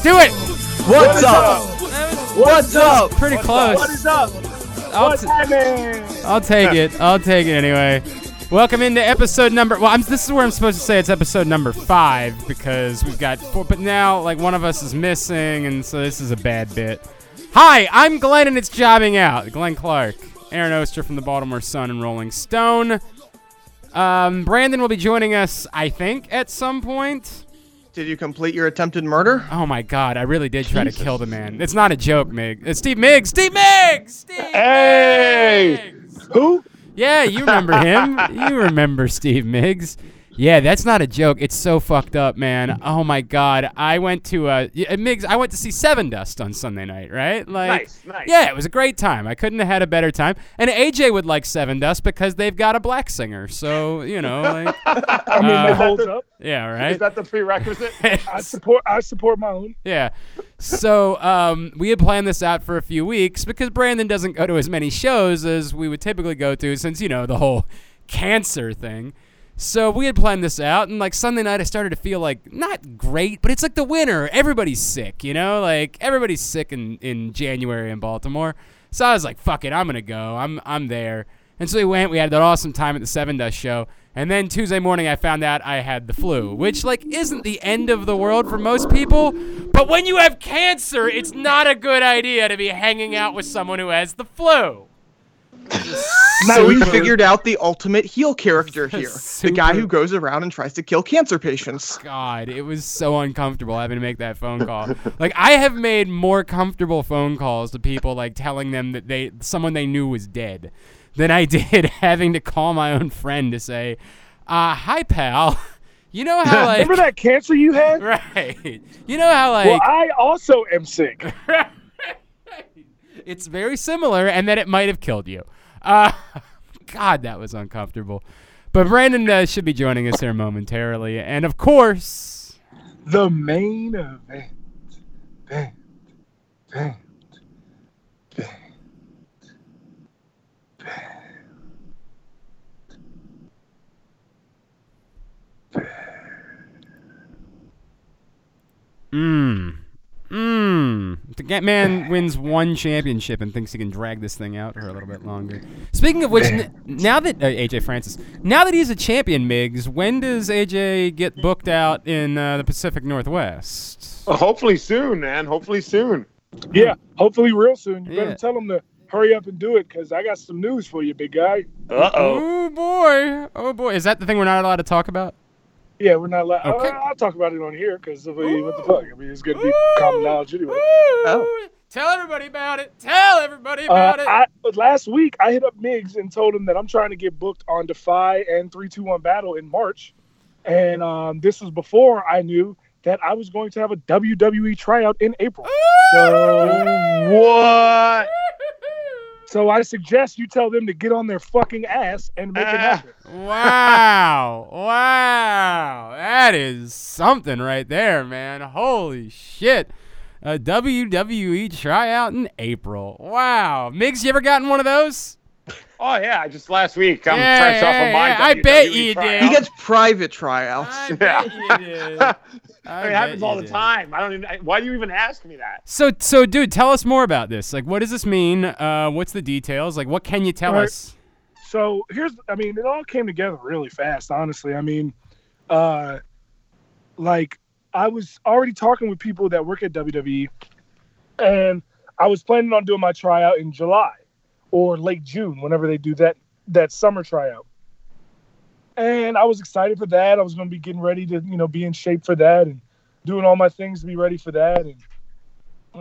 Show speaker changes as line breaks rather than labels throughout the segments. Do it!
What's up? What's up?
Pretty close.
What is up?
I'll,
What's
t-
happening?
I'll take it. I'll take it anyway. Welcome into episode number. Well, I'm, this is where I'm supposed to say it's episode number five because we've got four. But now, like, one of us is missing, and so this is a bad bit. Hi, I'm Glenn, and it's jobbing out. Glenn Clark, Aaron Oster from the Baltimore Sun and Rolling Stone. Um, Brandon will be joining us, I think, at some point.
Did you complete your attempted murder?
Oh my God, I really did try to kill the man. It's not a joke, Mig. It's Steve Miggs. Steve Miggs. Steve.
Hey!
Miggs!
Who?
Yeah, you remember him. you remember Steve Miggs. Yeah, that's not a joke. It's so fucked up, man. Oh my god. I went to uh y- uh, Miggs, I went to see Seven Dust on Sunday night, right? Like
Nice, nice.
Yeah, it was a great time. I couldn't have had a better time. And AJ would like Seven Dust because they've got a black singer. So, you know, like
I mean,
Uh,
it holds up.
yeah,
Is
right?
that the prerequisite?
I support. I support my own.
yeah. So um, we had planned this out for a few weeks because Brandon doesn't go to as many shows as we would typically go to since, you know, the whole cancer thing. So we had planned this out, and like Sunday night, I started to feel like not great, but it's like the winter. Everybody's sick, you know? Like everybody's sick in, in January in Baltimore. So I was like, fuck it, I'm going to go. I'm, I'm there. And so we went, we had that awesome time at the Seven Dust show. And then Tuesday morning, I found out I had the flu, which like isn't the end of the world for most people. But when you have cancer, it's not a good idea to be hanging out with someone who has the flu.
So we figured out the ultimate heel character here. The guy
Super.
who goes around and tries to kill cancer patients.
God, it was so uncomfortable having to make that phone call. like I have made more comfortable phone calls to people like telling them that they someone they knew was dead than I did having to call my own friend to say, uh, hi pal. You know how like
Remember that cancer you had?
Right. You know how like
Well, I also am sick.
it's very similar and that it might have killed you. Uh, God, that was uncomfortable. But Brandon uh, should be joining us here momentarily. And of course,
The main event. Band. Band. Band.
mmm, mmm. The Ga- man wins one championship and thinks he can drag this thing out for a little bit longer. Speaking of which, n- now that uh, AJ Francis, now that he's a champion, Migs, when does AJ get booked out in uh, the Pacific Northwest?
Hopefully soon, man. Hopefully soon.
Yeah, hopefully real soon. You
Hmm. Yeah.
better tell them to hurry up and do it because I got some news for you, big guy.
Uh
Oh boy! Oh boy! Is that the thing we're not allowed to talk about?
Yeah, we're not. La-
Okay.
I'll, I'll talk about it on here because what the fuck? I mean, it's gonna be common knowledge anyway.
Oh.
Tell everybody about it. Tell everybody
Uh,
about it.
I, last week, I hit up Miggs and told him that I'm trying to get booked on Defy and 321 Battle in March. And um, this was before I knew that I was going to have a WWE tryout in April. So,
What?
so I suggest you tell them to get on their fucking ass and make it
Ah.
happen.
wow. Wow. That is something right there, man. Holy shit. A WWE tryout in April. Wow. Migs, you ever gotten one of those?
Oh yeah, just last week. I'm
Yeah,
fresh off
yeah,
of my E
yeah, I
WWE
bet you
tryout.
did.
He gets private tryouts.
I bet you did. I
it
bet
happens
you
all the
did.
time. I don't even. I, why do you even ask me that?
So, so, dude, tell us more about this. Like, what does this mean? Uh, what's the details? Like, what can you tell
Right.
us?
so here's i mean it all came together really fast honestly i mean uh like i was already talking with people that work at wwe and i was planning on doing my tryout in july or late june whenever they do that that summer tryout and I was excited for that. I was going to be getting ready to, you know, be in shape for that and doing all my things to be ready for that. And,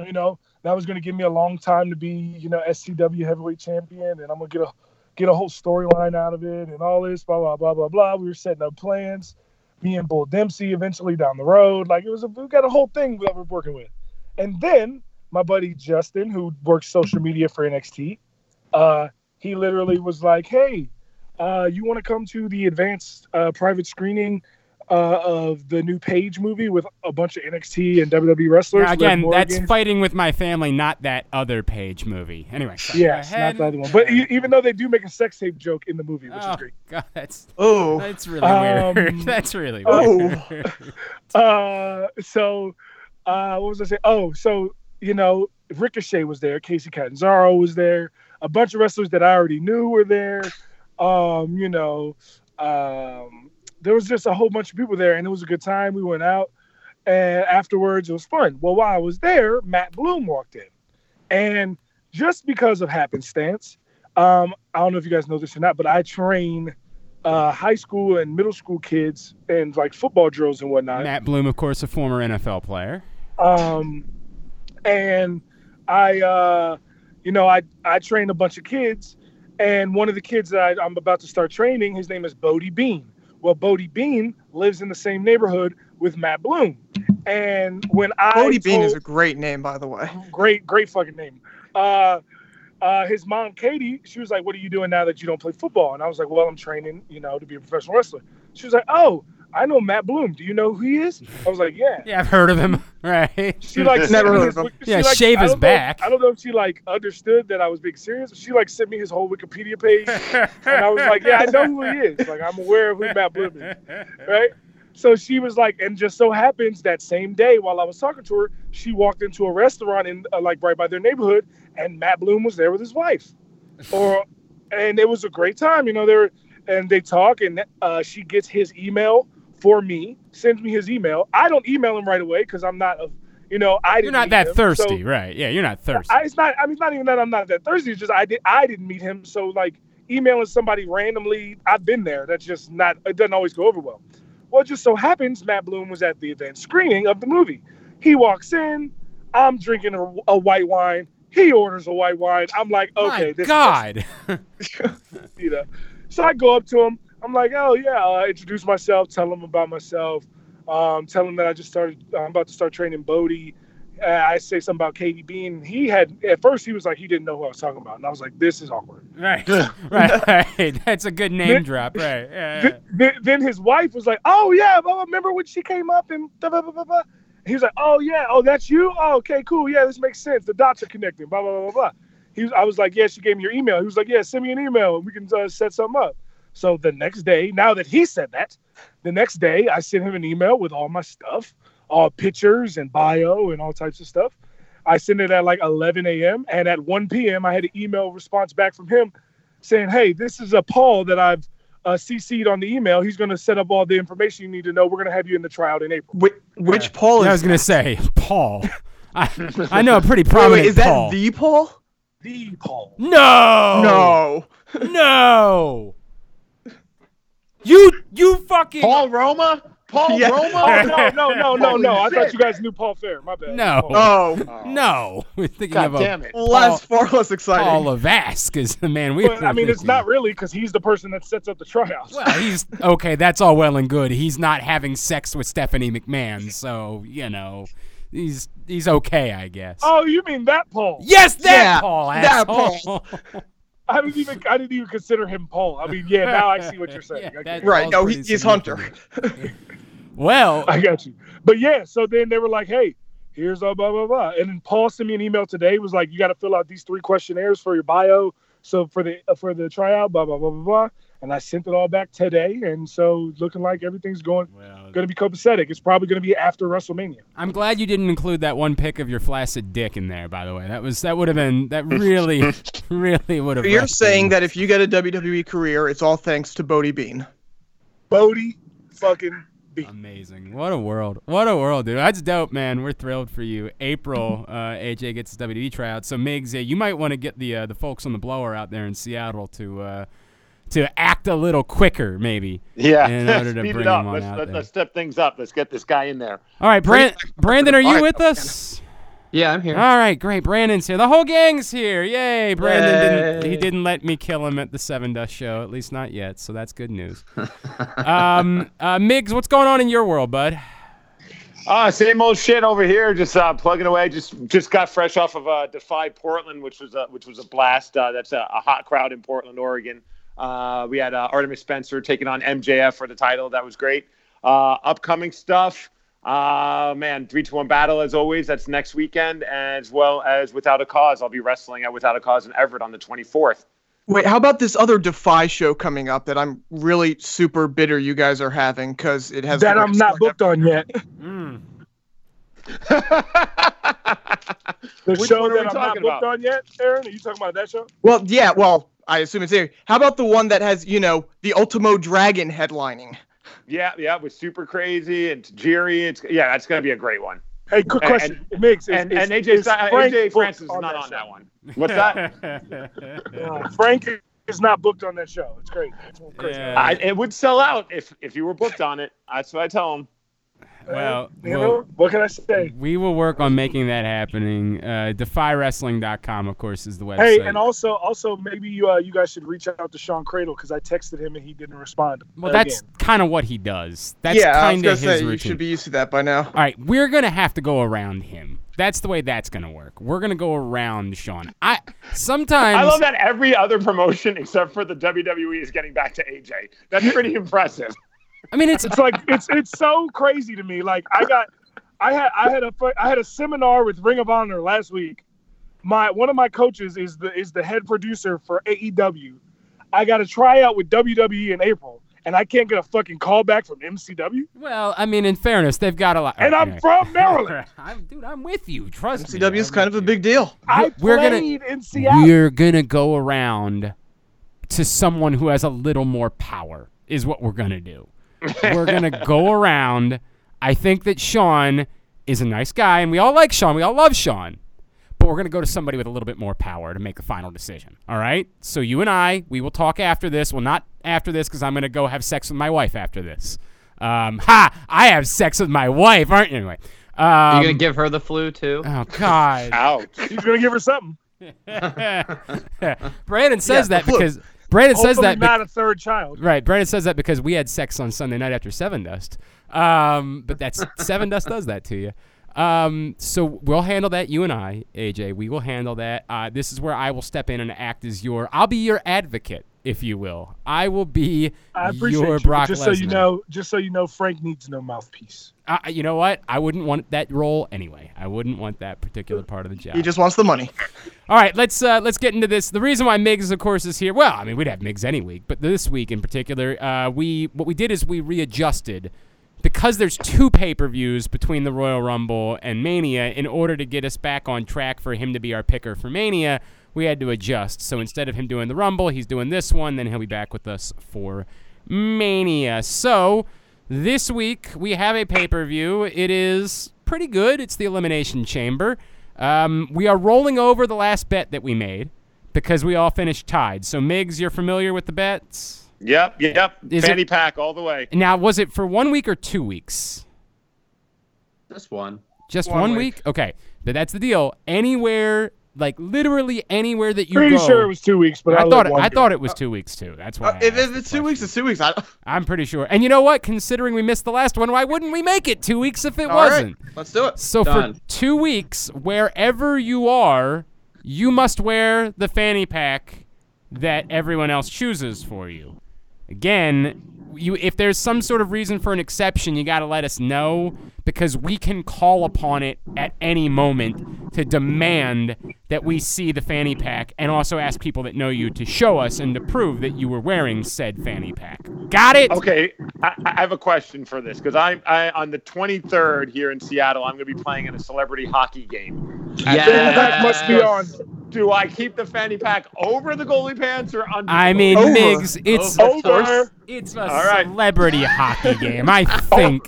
you know, that was going to give me a long time to be, you know, SCW heavyweight champion. And I'm going to get a, get a whole storyline out of it and all this, blah, blah, blah, blah, blah. We were setting up plans, me and Bull Dempsey eventually down the road. Like it was, a, we got a whole thing that we're working with. And then my buddy Justin, who works social media for NXT, uh, he literally was like, hey, uh, you want to come to the advanced uh, private screening uh, of the new Page movie with a bunch of NXT and WWE wrestlers?
Now,
Liv
again, that's
Morgan?
fighting with my family, not that other page movie. Anyway, sorry.
Yes,
Go ahead.
not the other one. But e- even though they do make a sex tape joke in the movie, which
Oh,
is great.
God, that's
Oh,
that's really weird.
Um,
that's really weird.
oh.
Uh, so, uh, what was I saying? Oh, so you know, Ricochet was there, Casey Catanzaro was there, a bunch of wrestlers that I already knew were there. Um, you know, um, there was just a whole bunch of people there, and it was a good time. We went out, and afterwards, it was fun. Well, while I was there, Matt Bloom walked in, and just because of happenstance, um, I don't know if you guys know this or not, but I train uh, high school and middle school kids and like football drills and whatnot
Matt Bloom, of course, a former NFL player.
um, and I, uh, you know, I I trained a bunch of kids, and one of the kids that I, I'm about to start training, his name is Bodie Bean. Well, Bodie Bean lives in the same neighborhood with Matt Bloom, and when I
Cody Bean
told-
is a great name, by the way.
great, great fucking name. Uh, uh, his mom, Katie, she was like, "What are you doing now that you don't play football?" And I was like, "Well, I'm training, you know, to be a professional wrestler." She was like, "Oh, I know Matt Bloom. Do you know who he is?" I was like, "Yeah."
Yeah, I've heard of him. Right.
She like
Never
sent me
heard of
his
him.
Wiki- she,
Yeah,
like,
shave
I
his
don't know-
back.
I don't know if she like understood that I was being serious. But she like sent me his whole Wikipedia page, and I was like, "Yeah, I know who he is. Like, I'm aware of who Matt Bloom is, right?" So she was like, and just so happens that same day while I was talking to her, she walked into a restaurant in uh, like right by their neighborhood, and Matt Bloom was there with his wife, or, and it was a great time. You know, they were and they talk, and uh, she gets his email for me, sends me his email. I don't email him right away because I'm not a, you know, I
You're
didn't
not
meet
that
him.
thirsty,
So-
right? Yeah, you're not thirsty.
I, it's not. I mean, it's not even that I'm not that thirsty. It's just I did. I didn't meet him. So like emailing somebody randomly, I've been there. That's just not. It doesn't always go over well. Well, it just so happens Matt Bloom was at the event screening of the movie. He walks in. I'm drinking a, a white wine. He orders a white wine. I'm like, okay,
My
this is
God.
you know. So I go up to him. I'm like, oh yeah, uh, introduce myself, tell him about myself, um, tell him that I just started, I'm about to start training Bodie. Uh, I say something about Katie Bean. He had at first he was like he didn't know who I was talking about, and I was like, this is awkward.
right. right. Right. That's a good name drop. Right. Yeah, yeah.
Th- th- then his wife was like, oh yeah, blah, blah, remember when she came up and blah, blah, blah, blah, blah. He was like, oh yeah, oh that's you. Oh, okay, cool. Yeah, this makes sense. The dots are connecting. Blah blah blah blah. blah. He was, I was like, yeah, she gave me your email. He was like, yeah, send me an email and we can uh, set something up. So the next day, now that he said that, the next day I sent him an email with all my stuff, all pictures and bio and all types of stuff. I sent it at like 11 a.m. and at 1 p.m. I had an email response back from him saying, hey, this is a Paul that I've uh, CC'd on the email. He's going to set up all the information you need to know. We're going to have you in the tryout in April.
Which, which Paul
Yeah, I was
is?
gonna say Paul. I, I know a pretty
Wait,
prominent
wait, is that
Paul. Oh.
the Paul?
The Paul.
No.
No.
No. No. You you fucking
Paul Roma? Paul
Yeah.
Oh,
Roma?
no, no, no, no,
Holy
no. I
shit.
thought you guys knew Paul Fair. My bad.
No.
Oh.
Oh,
no. We're thinking
God
of a
damn it.
less far less exciting.
Paul of Ask is the man we.
But, I
were
mean, it's
thinking.
not really because he's the person that sets up the tryouts.
Well, he's okay. That's all well and good. He's not having sex with Stephanie McMahon, so you know, he's he's okay, I guess.
Oh, you mean that Paul?
yes, that
Yeah,
Paul.
that
asshole.
I didn't even I didn't even consider him Paul. I mean, yeah, now I see what you're saying.
Yeah,
I,
that-
get-
Right. No,
Paul's
he,
pretty
he's Hunter.
Well,
I got you. But yeah, so then they were like, hey, here's a blah blah blah. And then Paul sent me an email today, was like, you gotta fill out these three questionnaires for your bio. So for the uh, for the tryout, blah blah blah blah blah. And I sent it all back today. And so looking like everything's going
well,
gonna be copacetic. It's probably gonna be after WrestleMania.
I'm glad you didn't include that one pic of your flaccid dick in there. By the way, that was that would have been that really, really would have.
You're saying that if you get a WWE career, it's all thanks to Bodie Bean.
Bodie fucking beat.
Amazing. What a world. What a world, dude. That's dope, man. We're thrilled for you. April, uh, AJ gets his E WWE tryout. So, Migs, yeah, you might want to get the uh, the folks on the blower out there in Seattle to uh,
to act a little quicker, maybe.
Yeah.
In order to
Speed
bring
it up.
him on
Let's,
out
let,
there.
us step things up. Let's get this guy in there.
All right, Brand- Brandon, are you
Alright,
with us?
Yeah, I'm here.
All right, great. Brandon's here. The whole gang's here. Yay! Brandon didn't. He
Yay.
didn't let me kill him at the Seven Dust show, at least not yet. So that's good news. um, uh, Migs, what's going on in your world, bud?
Ah, same old shit over here. Just uh, plugging away. Just just got fresh off of uh, Defy Portland, which was a, which was a blast. Uh, that's a, a hot crowd in Portland, Oregon. Uh, we had uh, Artemis Spencer taking on MJF for the title. That was great. Uh, upcoming stuff. Uh, man, three to one battle as always. That's next weekend, as well as Without a Cause. I'll be wrestling at Without a Cause in Everett on the twenty fourth.
Wait, how about this other Defy show coming up that I'm really super bitter you guys are having because it has
that
the
I'm not
wrestling
booked on yet. The
Which
show
one are we
that I'm not
talking
booked
about?
on yet, Aaron. Are you talking about that show?
Well, yeah, well, I assume it's there. How about the one that has, you know, the Ultimo Dragon headlining?
Yeah, yeah, it was super crazy and Tajiri. It's yeah, that's gonna be a great one.
Hey, quick
And-
question. It makes
and and AJ, Sti- AJ Francis is not on that one. What's that?
Uh, Frank is not booked on that show. It's great. It's crazy.
Yeah.
I, it would sell out if if you were booked on it. That's what I tell him.
Well,
You
well,
know, what can I say?
we will work on making that happening. Uh, DefyWrestling.com, of course, is the website.
Hey, and also, also maybe you uh, you guys should reach out to Sean Cradle because I texted him and he didn't respond.
well,
again.
that's kind of what he does. That's
yeah, I was
kind
gonna
of his
say you
routine.
should be used to that by now.
All right, we're gonna have to go around him. That's the way that's gonna work. We're gonna go around Sean. I sometimes
I love that every other promotion except for the WWE is getting back to AJ. That's pretty impressive.
I mean it's
It's like it's it's so crazy to me. Like I got, I had I had a fu- I had a seminar with Ring of Honor last week. My one of my coaches is the is the head producer for AEW. I got a tryout with WWE in April, and I can't get a fucking call back from MCW.
well. I mean, in fairness, they've got a lot.
And I'm
Alright,
from Maryland.
alright. I'm, dude, I'm with you. Trust me.
CW is
I'm
kind of a
with
big deal.
I
We're gonna-
played in
you.
Seattle.
We're gonna go around to someone who has a little more power. Is what we're gonna do. we're gonna go around. I think that Sean is a nice guy, and we all like Sean. We all love Sean. but we're going to go to somebody with a little bit more power to make the final decision. All right? So you and I, we will talk after this. Well, not after this because I'm going to go have sex with my wife after this. Um, ha! I have sex with my wife, aren't you? Anyway. Um,
Are you gonna give her the flu too?
oh, God.
Ouch.
He's gonna give her something.
Brandon says
Yeah,
that
the flu.
because. Brandon says
Hopefully
that. be-
not a third child.
right. Brandon says that because we had sex on Sunday night after Seven Dust. Um, but that's Seven Dust does that to you. Um, so we'll handle that. You and I, AJ, we will handle that. Uh, this is where I will step in and act as your. I'll be your advocate, if you will. I will be
I appreciate
your
you, but
Brock
just
Lesnar.
so you know, just so you know, Frank needs no mouthpiece.
Uh, you know what? I wouldn't want that role anyway. I wouldn't want that particular part of the job.
He just wants the money.
All right, let's uh, let's get into this. The reason why Migs, of course, is here. Well, I mean, we'd have Migs any week, but this week in particular, uh, we what we did is we readjusted because there's two pay-per-views between the Royal Rumble and Mania. In order to get us back on track for him to be our picker for Mania, we had to adjust. So instead of him doing the Rumble, he's doing this one. Then he'll be back with us for Mania. So this week we have a pay-per-view. It is pretty good. It's the Elimination Chamber. Um, we are rolling over the last bet that we made because we all finished tied. So, Migs, you're familiar with the bets?
Yep, yep.
Is
Fanny
it-
pack all the way.
Now, was it for one week or two weeks?
Just one.
Just one,
One
week.
week.
Okay. But that's the deal. Anywhere, like literally anywhere that you
Pretty
go.
sure it was two weeks, but I,
I thought it,
let
I
one
thought it was two weeks too. That's why.
Uh,
I
if
asked
if
the
it's two
question.
weeks, it's two weeks. I don't,
I'm pretty sure. And you know what? Considering we missed the last one, why wouldn't we make it two weeks if it
all right,
wasn't?
let's do it.
So for
Done.
two weeks, wherever you are, you must wear the fanny pack that everyone else chooses for you. Again, you if there's some sort of reason for an exception, you got to let us know because we can call upon it at any moment to demand that we see the fanny pack and also ask people that know you to show us and to prove that you were wearing said fanny pack. Got it?
Okay, I, I have a question for this because I'm I, on the 23rd here in Seattle. I'm going to be playing in a celebrity hockey game.
Fanny pack must be on.
Do I keep the fanny pack over the goalie pants or under?
I
the
mean,
Over.
Migs, it's
Over.
Over.
It's a
All right.
celebrity hockey game, I think.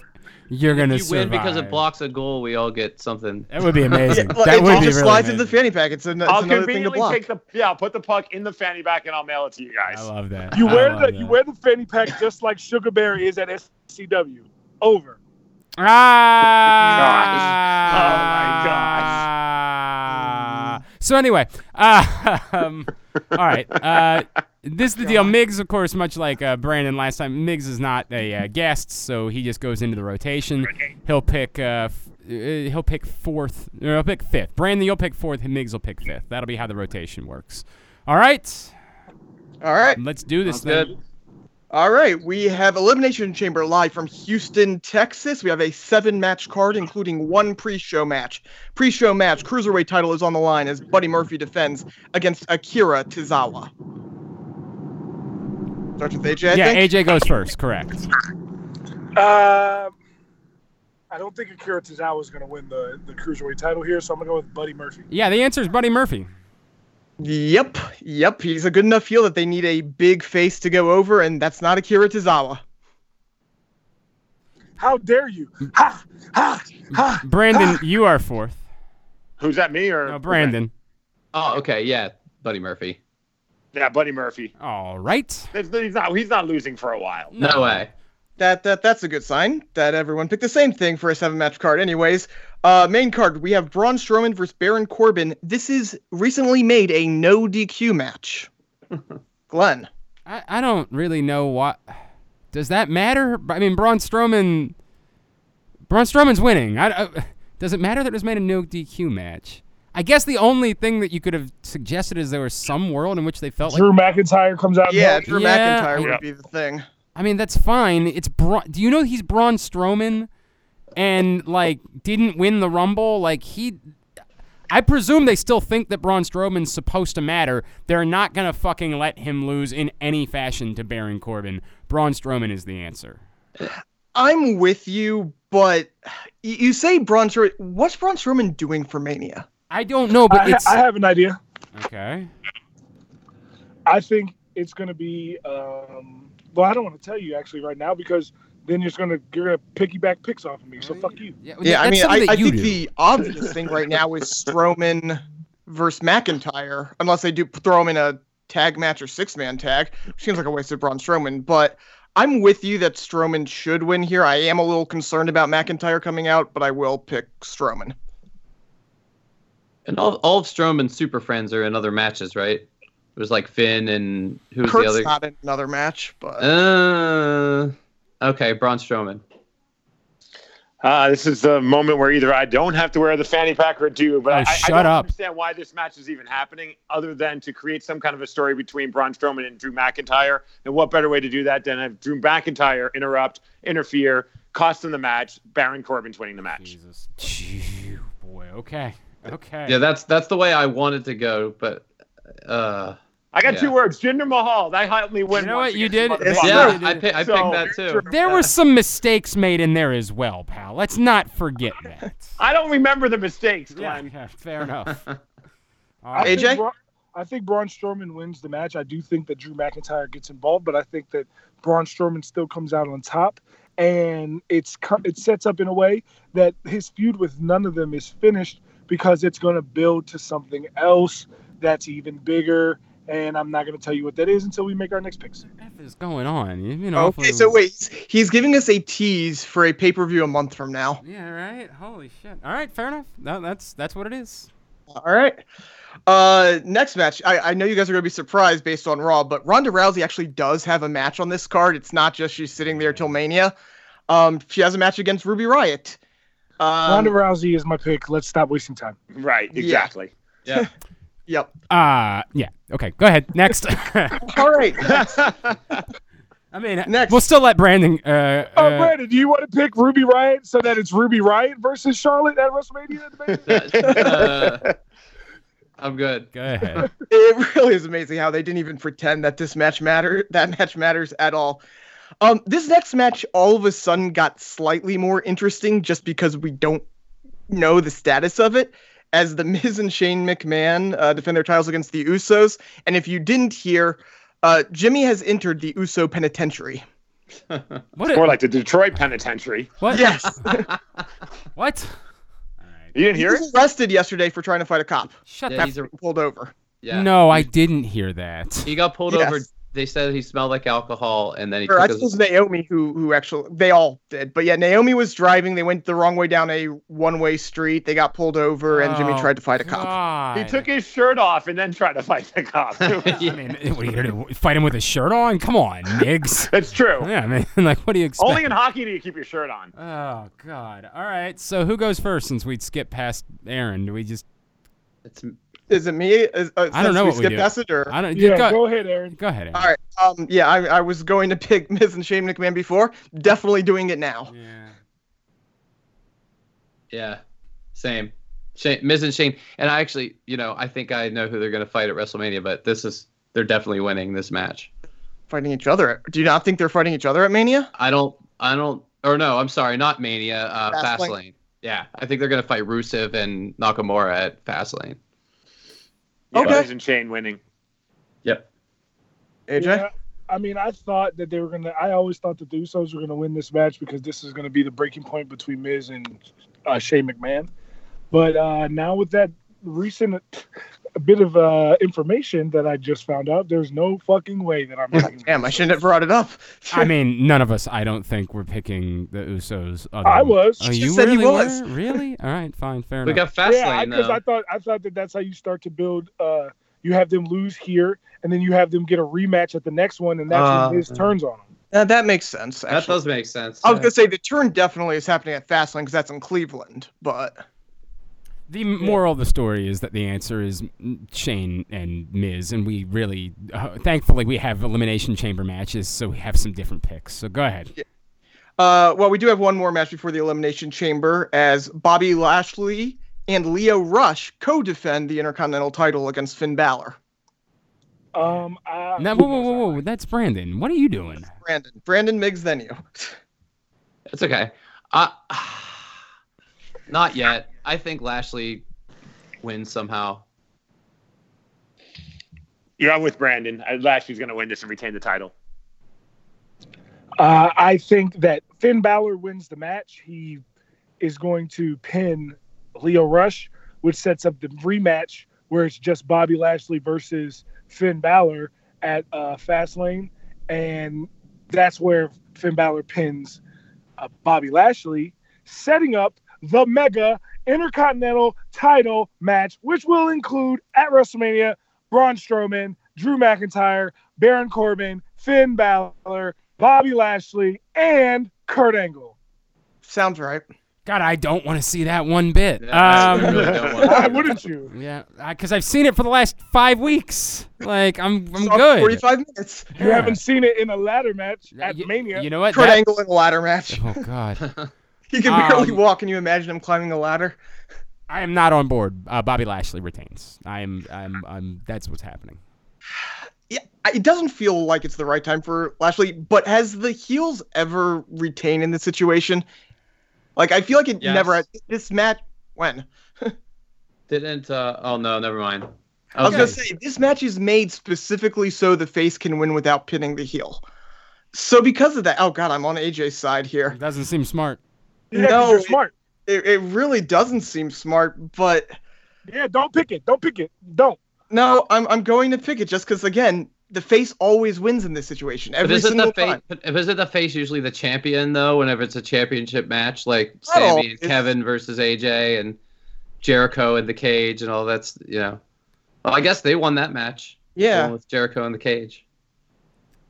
You're gonna
if you win because it
survive.
blocks a goal, we all get something.
That would be amazing.
well,
that
it
would
just
be really
slides
amazing.
into the fanny pack. It's, an, it's
I'll
another thing to
conveniently
block.
take the yeah. I'll put the puck in the fanny pack, and I'll mail it to you guys.
I love that.
You
I
wear
love
the
that.
you wear the fanny pack just like Sugar Bear is at SCW. Over.
oh
Ah! Oh my gosh. So anyway, uh, um, all right. Uh, this is the deal. Miggs, of course, much like uh, Brandon last time, Miggs is not a uh, guest, so he just goes into the rotation. He'll pick. Uh, f- uh, he'll pick fourth. Or he'll pick fifth. Brandon, you'll pick fourth. and Miggs will pick fifth. That'll be how the rotation works. All right,
All right.
let's do this.
Sounds
then.
good.
All right, we have Elimination Chamber live from Houston, Texas. We have a seven match card, including one pre show match. Pre show match, Cruiserweight title is on the line as Buddy Murphy defends against Akira Tozawa. Starts with AJ. I
Yeah,
think.
AJ goes first. Correct.
Um, I don't think Akira Tozawa is going to win the, the cruiserweight title here, so I'm going to go with Buddy Murphy.
Yeah, the answer is Buddy Murphy.
Yep, yep. He's a good enough heel that they need a big face to go over, and that's not Akira Tozawa.
How dare you? Ha! Ha! Ha!
Brandon,
Ah!
you are fourth.
Who's that? Me or
No, Brandon.
Oh, okay. Yeah, Buddy Murphy.
Yeah, Buddy Murphy.
All right.
There's- He's not. He's not losing for a while.
No, way.
That that that's a good sign that everyone picked the same thing for a seven match card. Anyways, uh, main card we have Braun Strowman versus Baron Corbin. This is recently made a no DQ match. Glenn,
I, I don't really know what. Does that matter? I mean, Braun Strowman. Braun Strowman's winning. I, I- does it matter that it was made a no DQ match? I guess the only thing that you could have suggested is there was some world in which they felt like.
Drew McIntyre comes out. and
yeah,
helps.
Drew
Yeah.
McIntyre
Yeah.
would be the thing.
I mean, that's fine. It's Braun. Do you know he's Braun Strowman, and like didn't win the Rumble? Like he. I presume they still think that Braun Strowman's supposed to matter. They're not gonna fucking let him lose in any fashion to Baron Corbin. Braun Strowman is the answer.
I'm with you, but y- you say Braun Strowman. What's Braun Strowman doing for Mania?
I don't know, but
I,
it's
I have an idea.
okay.
I think it's going to be. Um, well, I don't want to tell you actually right now because then you're going to you're going to piggyback picks off of me. So fuck you.
Yeah,
Yeah, I
that's
mean,
something
I,
that
I
you
think
do.
the obvious thing right now is Strowman versus McIntyre, unless they do throw him in a tag match or six man tag, which seems like a waste of Braun Strowman. But I'm with you that Strowman should win here. I am a little concerned about McIntyre coming out, but I will pick Strowman.
And all, all of Strowman's super friends are in other matches, right? It was like Finn and who was
Kurt's
the other?
not in another match, but
Uh, okay, Braun Strowman.
Uh, this is the moment where either I don't have to wear the fanny pack or do, but
Oh,
I, I
shut
don't
up.
understand why this match is even happening other than to create some kind of a story between Braun Strowman and Drew McIntyre. And what better way to do that than have Drew McIntyre interrupt, interfere, cost them the match, Baron Corbin's winning the match.
Jesus, Gee, boy. Okay, okay.
Yeah, that's that's the way I wanted to go, but uh,
I got
Yeah.
two words. Jinder Mahal. That helped me win.
You know
once
what? You
against
did-
this
It's
yeah,
motherfucker.
I, pi- I
So-
picked that too.
there were some mistakes made in there as well, pal. Let's not forget that.
I don't remember the mistakes,
yeah,
Glenn.
yeah, fair enough. All
I
right.
AJ?
Think Bra- I think Braun Strowman wins the match. I do think that Drew McIntyre gets involved, but I think that Braun Strowman still comes out on top, and it's co- it sets up in a way that his feud with none of them is finished because it's going to build to something else that's even bigger. And I'm not going to tell you what that is until we make our next picks.
What the F is going on? You,
Uh,
you know.
okay.
hopefully-
So wait, he's- he's giving us a tease for a pay per view a month from now.
Yeah. Right. Holy shit. All right. Fair enough. No, that's that's what it is.
All right. Uh, next match. I, I know you guys are gonna be surprised based on Raw, but Ronda Rousey actually does have a match on this card. It's not just she's sitting there till Mania. Um, she has a match against Ruby Riot. Um,
Ronda Rousey is my pick. Let's stop wasting time.
Right,
Yeah.
exactly.
Yeah.
Yep.
Uh yeah. Okay. Go ahead. Next. I
All right.
mean,
Next.
we'll still let Brandon. Uh,
Oh,
uh,
Brandon, do you want to pick Ruby Riot so that it's Ruby Riot versus Charlotte at WrestleMania?
Uh, I'm good.
Go ahead.
it really is amazing how they didn't even pretend that this match matter that match matters at all. Um, this next match all of a sudden got slightly more interesting just because we don't know the status of it. As the Miz and Shane McMahon uh, defend their titles against the Usos, and if you didn't hear, uh, Jimmy has entered the Uso Penitentiary.
What it's more like the Detroit Penitentiary.
What?
Yes.
What?
You didn't
he
hear it?
was arrested yesterday for trying to fight a cop.
Shut
Yeah,
that.
he's a,
Pulled over.
yeah.
No, I didn't hear that.
He got pulled
Yes.
over. They said he smelled like alcohol, and then he
Or I
took
suppose
his,
Naomi, who who actually they all did, but yeah, Naomi was driving. They went the wrong way down a one way street. They got pulled over, and Jimmy
Oh,
tried to fight a cop.
God.
He took his shirt off and then tried to fight the cop.
I mean, what are you gonna do, fight him with his shirt on? Come on, Migs.
That's true.
yeah, I mean, like, what do you expect?
Only in hockey do you keep your shirt on.
oh God. All right. So who goes first? Since we skip past Aaron, do we just?
it's,
Is it me? Is, uh,
I don't
since
know
we
what we
skipped
do.
past it, or-
I don't.
Yeah,
go,
go ahead, Aaron.
go ahead. Aaron.
All right. Um. Yeah. I, I was going to pick Miz and Shane McMahon before. Definitely doing it now.
Yeah.
yeah, same. Shane, Miz and Shane, and I actually, you know, I think I know who they're gonna fight at WrestleMania, but this is they're definitely winning this match.
Fighting each other. Do you not think they're fighting each other at Mania?
I don't, I don't, or no, I'm sorry, not Mania, uh,
Fastlane.
Fastlane. Yeah, I think they're gonna fight Rusev and Nakamura at Fastlane.
Yeah,
Okay.
Miz and Shane winning.
Yep.
AJ.
Yeah, I mean, I thought that they were gonna. I always thought that the Usos were gonna win this match because this is gonna be the breaking point between Miz and uh, Shane McMahon. But uh, now with that recent bit of uh, information that I just found out, there's no fucking way that I'm. picking
Damn, I
Usos.
shouldn't have brought it up.
I mean, none of us. I don't think we're picking the Usos. Other
I
than-
was.
Oh,
She
you
said
really
he was.
were? Really? All right. Fine. Fair
We
enough.
got Fastlane
yeah, because
though.
I thought I thought that that's how you start to build. Uh, you have them lose here, and then you have them get a rematch at the next one, and that's
Uh,
when Miz turns on them.
Uh, that makes sense.
that
Actually.
does make sense.
I was
yeah.
gonna say the turn definitely is happening at Fastlane because that's in Cleveland, but
The moral of the story is that the answer is Shane and Miz, and we really, uh, thankfully, we have elimination chamber matches, so we have some different picks. So go ahead.
uh, well, we do have one more match before the Elimination Chamber as Bobby Lashley and Leo Rush co-defend the Intercontinental title against Finn Balor.
Um, I,
Now, whoa, whoa, whoa, whoa, that's Brandon. What are you doing?
Brandon, Brandon Miggs, then you.
It's okay. Uh, not yet. I think Lashley wins somehow.
Yeah, I'm with Brandon. I- Lashley's going to win this and retain the title.
Uh, I think that Finn Balor wins the match. He is going to pin Leo Rush, which sets up the rematch where it's just Bobby Lashley versus Finn Balor at uh, Fastlane, and that's where Finn Balor pins uh, Bobby Lashley, setting up the mega Intercontinental title match, which will include at WrestleMania Braun Strowman, Drew McIntyre, Baron Corbin, Finn Balor, Bobby Lashley, and Kurt Angle.
Sounds right.
God, I don't want to see that one bit.
Yeah, I
Um,
really don't want
Why
to.
wouldn't you?
yeah, because I've seen it for the last five weeks. Like, I'm, I'm
Saw
good.
Forty-five minutes.
You
Yeah.
haven't seen it in a ladder match
Yeah,
at
you,
Mania.
you know what?
Kurt
That-
Angle in a ladder match.
oh, God.
He can
Um,
barely walk. Can you imagine him climbing a ladder?
I am not on board. Uh, Bobby Lashley retains. I'm, I'm, I'm, that's what's happening.
Yeah, I- it doesn't feel like it's the right time for Lashley. But has the heels ever retained in this situation? Like, I feel like it
Yes.
never. This match when
Didn't. Uh, oh no, never mind.
I was
Okay.
gonna say this match is made specifically so the face can win without pinning the heel. So because of that, oh god, I'm on AJ's side here.
It doesn't seem smart.
Yeah, 'cause
No,
you're
it-
smart.
It, it really doesn't seem smart, but
Yeah, don't pick it. Don't pick it. Don't.
no, I'm I'm going to pick it just because again, the face always wins in this situation
But
every
isn't
single
the face?
time.
But isn't the face usually the champion though? Whenever it's a championship match, like
Not all,
Sammy and
it's-
Kevin versus AJ and Jericho in the cage and all that's you know. Well, I guess they won that match. The one
Yeah,
with Jericho in the cage.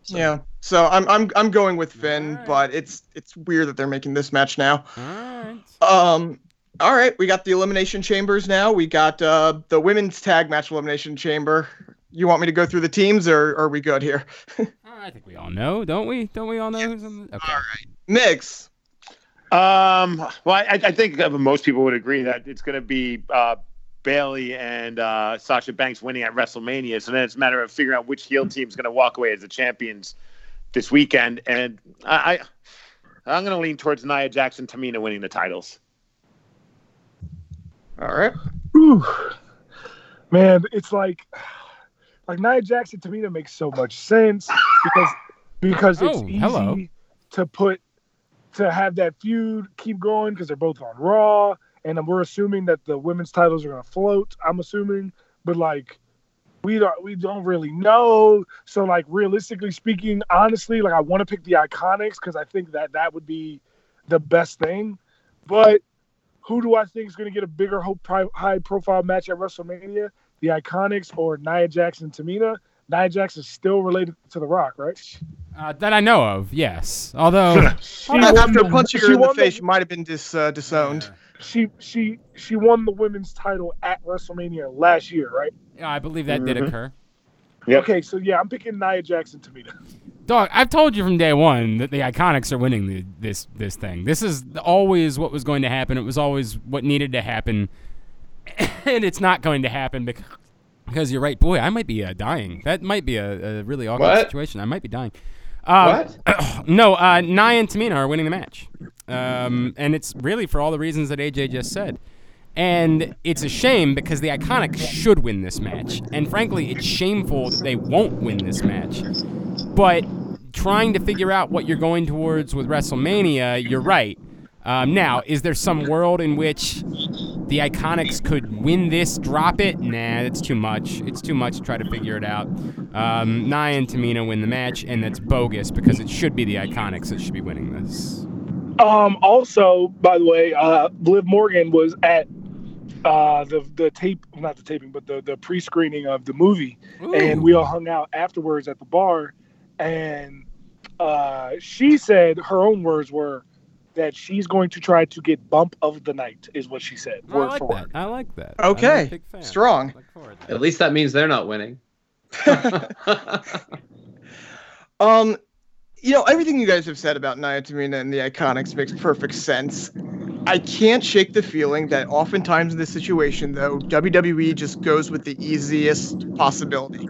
So-
yeah. So I'm I'm I'm going with Finn, but it's it's weird that they're making this match now.
All right.
Um. All right, we got the elimination chambers now. We got uh, the women's tag match elimination chamber. You want me to go through the teams, or are we good here?
Uh, I think we all know, don't we? Don't we all know who's on the? Okay.
Mix.
Um, well, I, I think that most people would agree that it's going to be uh, Bailey and uh, Sasha Banks winning at WrestleMania. So then it's a matter of figuring out which heel team's going to walk away as the champions this weekend. And I, I I'm going to lean towards Nia Jackson, Tamina winning the titles.
All right.
Whew. Man, it's like like Nia Jackson Tamina makes so much sense because because it's
Oh,
easy
hello.
to put to have that feud keep going because they're both on Raw, and we're assuming that the women's titles are going to float. I'm assuming, but like we don't we don't really know. So like realistically speaking, honestly, like I want to pick the Iconics because I think that that would be the best thing. But who do I think is going to get a bigger high profile match at WrestleMania? The Iconics or Nia Jackson Tamina? Nia Jackson is still related to The Rock, right?
Uh, that I know of, yes. Although
after punching her in the face, she might have been dis, uh, disowned. Yeah.
She she she won the women's title at WrestleMania last year, right?
Yeah, I believe that
Mm-hmm.
did occur.
Yep. Okay, so yeah, I'm picking Nia Jackson Tamina.
Dog, I've told you from day one that the Iconics are winning the, this this thing. This is always what was going to happen. It was always what needed to happen, and it's not going to happen because, because you're right, boy. I might be uh, dying. That might be a, a really awkward
What?
situation. I might be dying. Uh, no, uh, Nia and Tamina are winning the match, um, and it's really for all the reasons that AJ just said. And it's a shame because the Iconics should win this match. And frankly, it's shameful that they won't win this match. But trying to figure out what you're going towards with WrestleMania, you're right. Um, now, is there some world in which the Iconics could win this, drop it? Nah, that's too much. It's too much to try to figure it out. Um, Nia and Tamina win the match, and that's bogus because it should be the Iconics that should be winning this.
Um, also, by the way, uh, Liv Morgan was at uh, the the tape, not the taping, but the the pre screening of the movie, and we all hung out afterwards at the bar, and uh, she said her own words were that she's going to try to get bump of the night is what she said
I
word
like
for
that.
word.
I like that. I'm a
Okay,
big fan.
strong.
Look forward to
At
that.
least that means they're not winning.
Um, you know, everything you guys have said about Nia Tamina and the Iconics makes perfect sense. I can't shake the feeling that oftentimes in this situation, though, WWE just goes with the easiest possibility.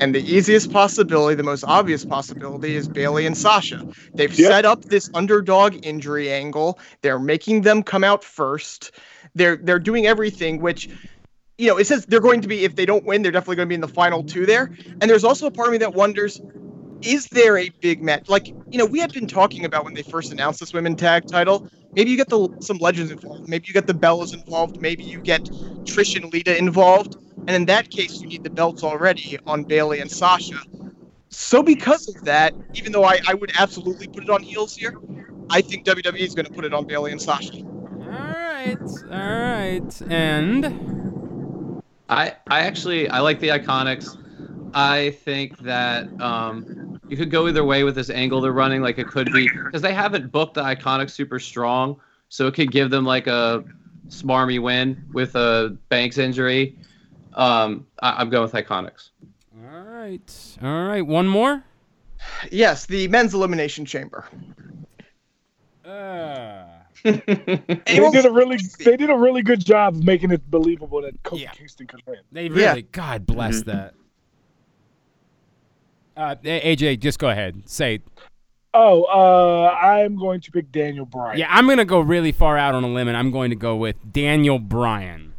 And the easiest possibility, the most obvious possibility, is Bailey and Sasha. They've
Yeah.
set up this underdog injury angle. They're making them come out first. They're they're doing everything, which you know, it says they're going to be if they don't win, they're definitely going to be in the final two there. And there's also a part of me that wonders is there a big match? Like, you know, we had been talking about when they first announced this women tag title. Maybe you get the some legends involved. Maybe you get the Bellas involved. Maybe you get Trish and Lita involved. And in that case, you need the belts already on Bailey and Sasha. So because of that, even though I, I would absolutely put it on heels here, I think WWE is going to put it on Bailey and Sasha.
All right. All right. And
I I actually I like the Iconics. I think that um, you could go either way with this angle they're running. Like it could be because they haven't booked the Iconics super strong, so it could give them like a smarmy win with a Banks injury. Um, I, I'm going with Iconics.
all right. All right. One more.
Yes, the men's elimination chamber.
Uh,
They did a really they did a really good job of making it believable that Kofi
Yeah.
Kingston could win.
they really.
Yeah.
God bless
Mm-hmm.
that. Uh, A- AJ, just go ahead. Say
Oh, uh, I'm going to pick Daniel Bryan.
Yeah, I'm gonna go really far out on a limb, and I'm going to go with Daniel Bryan.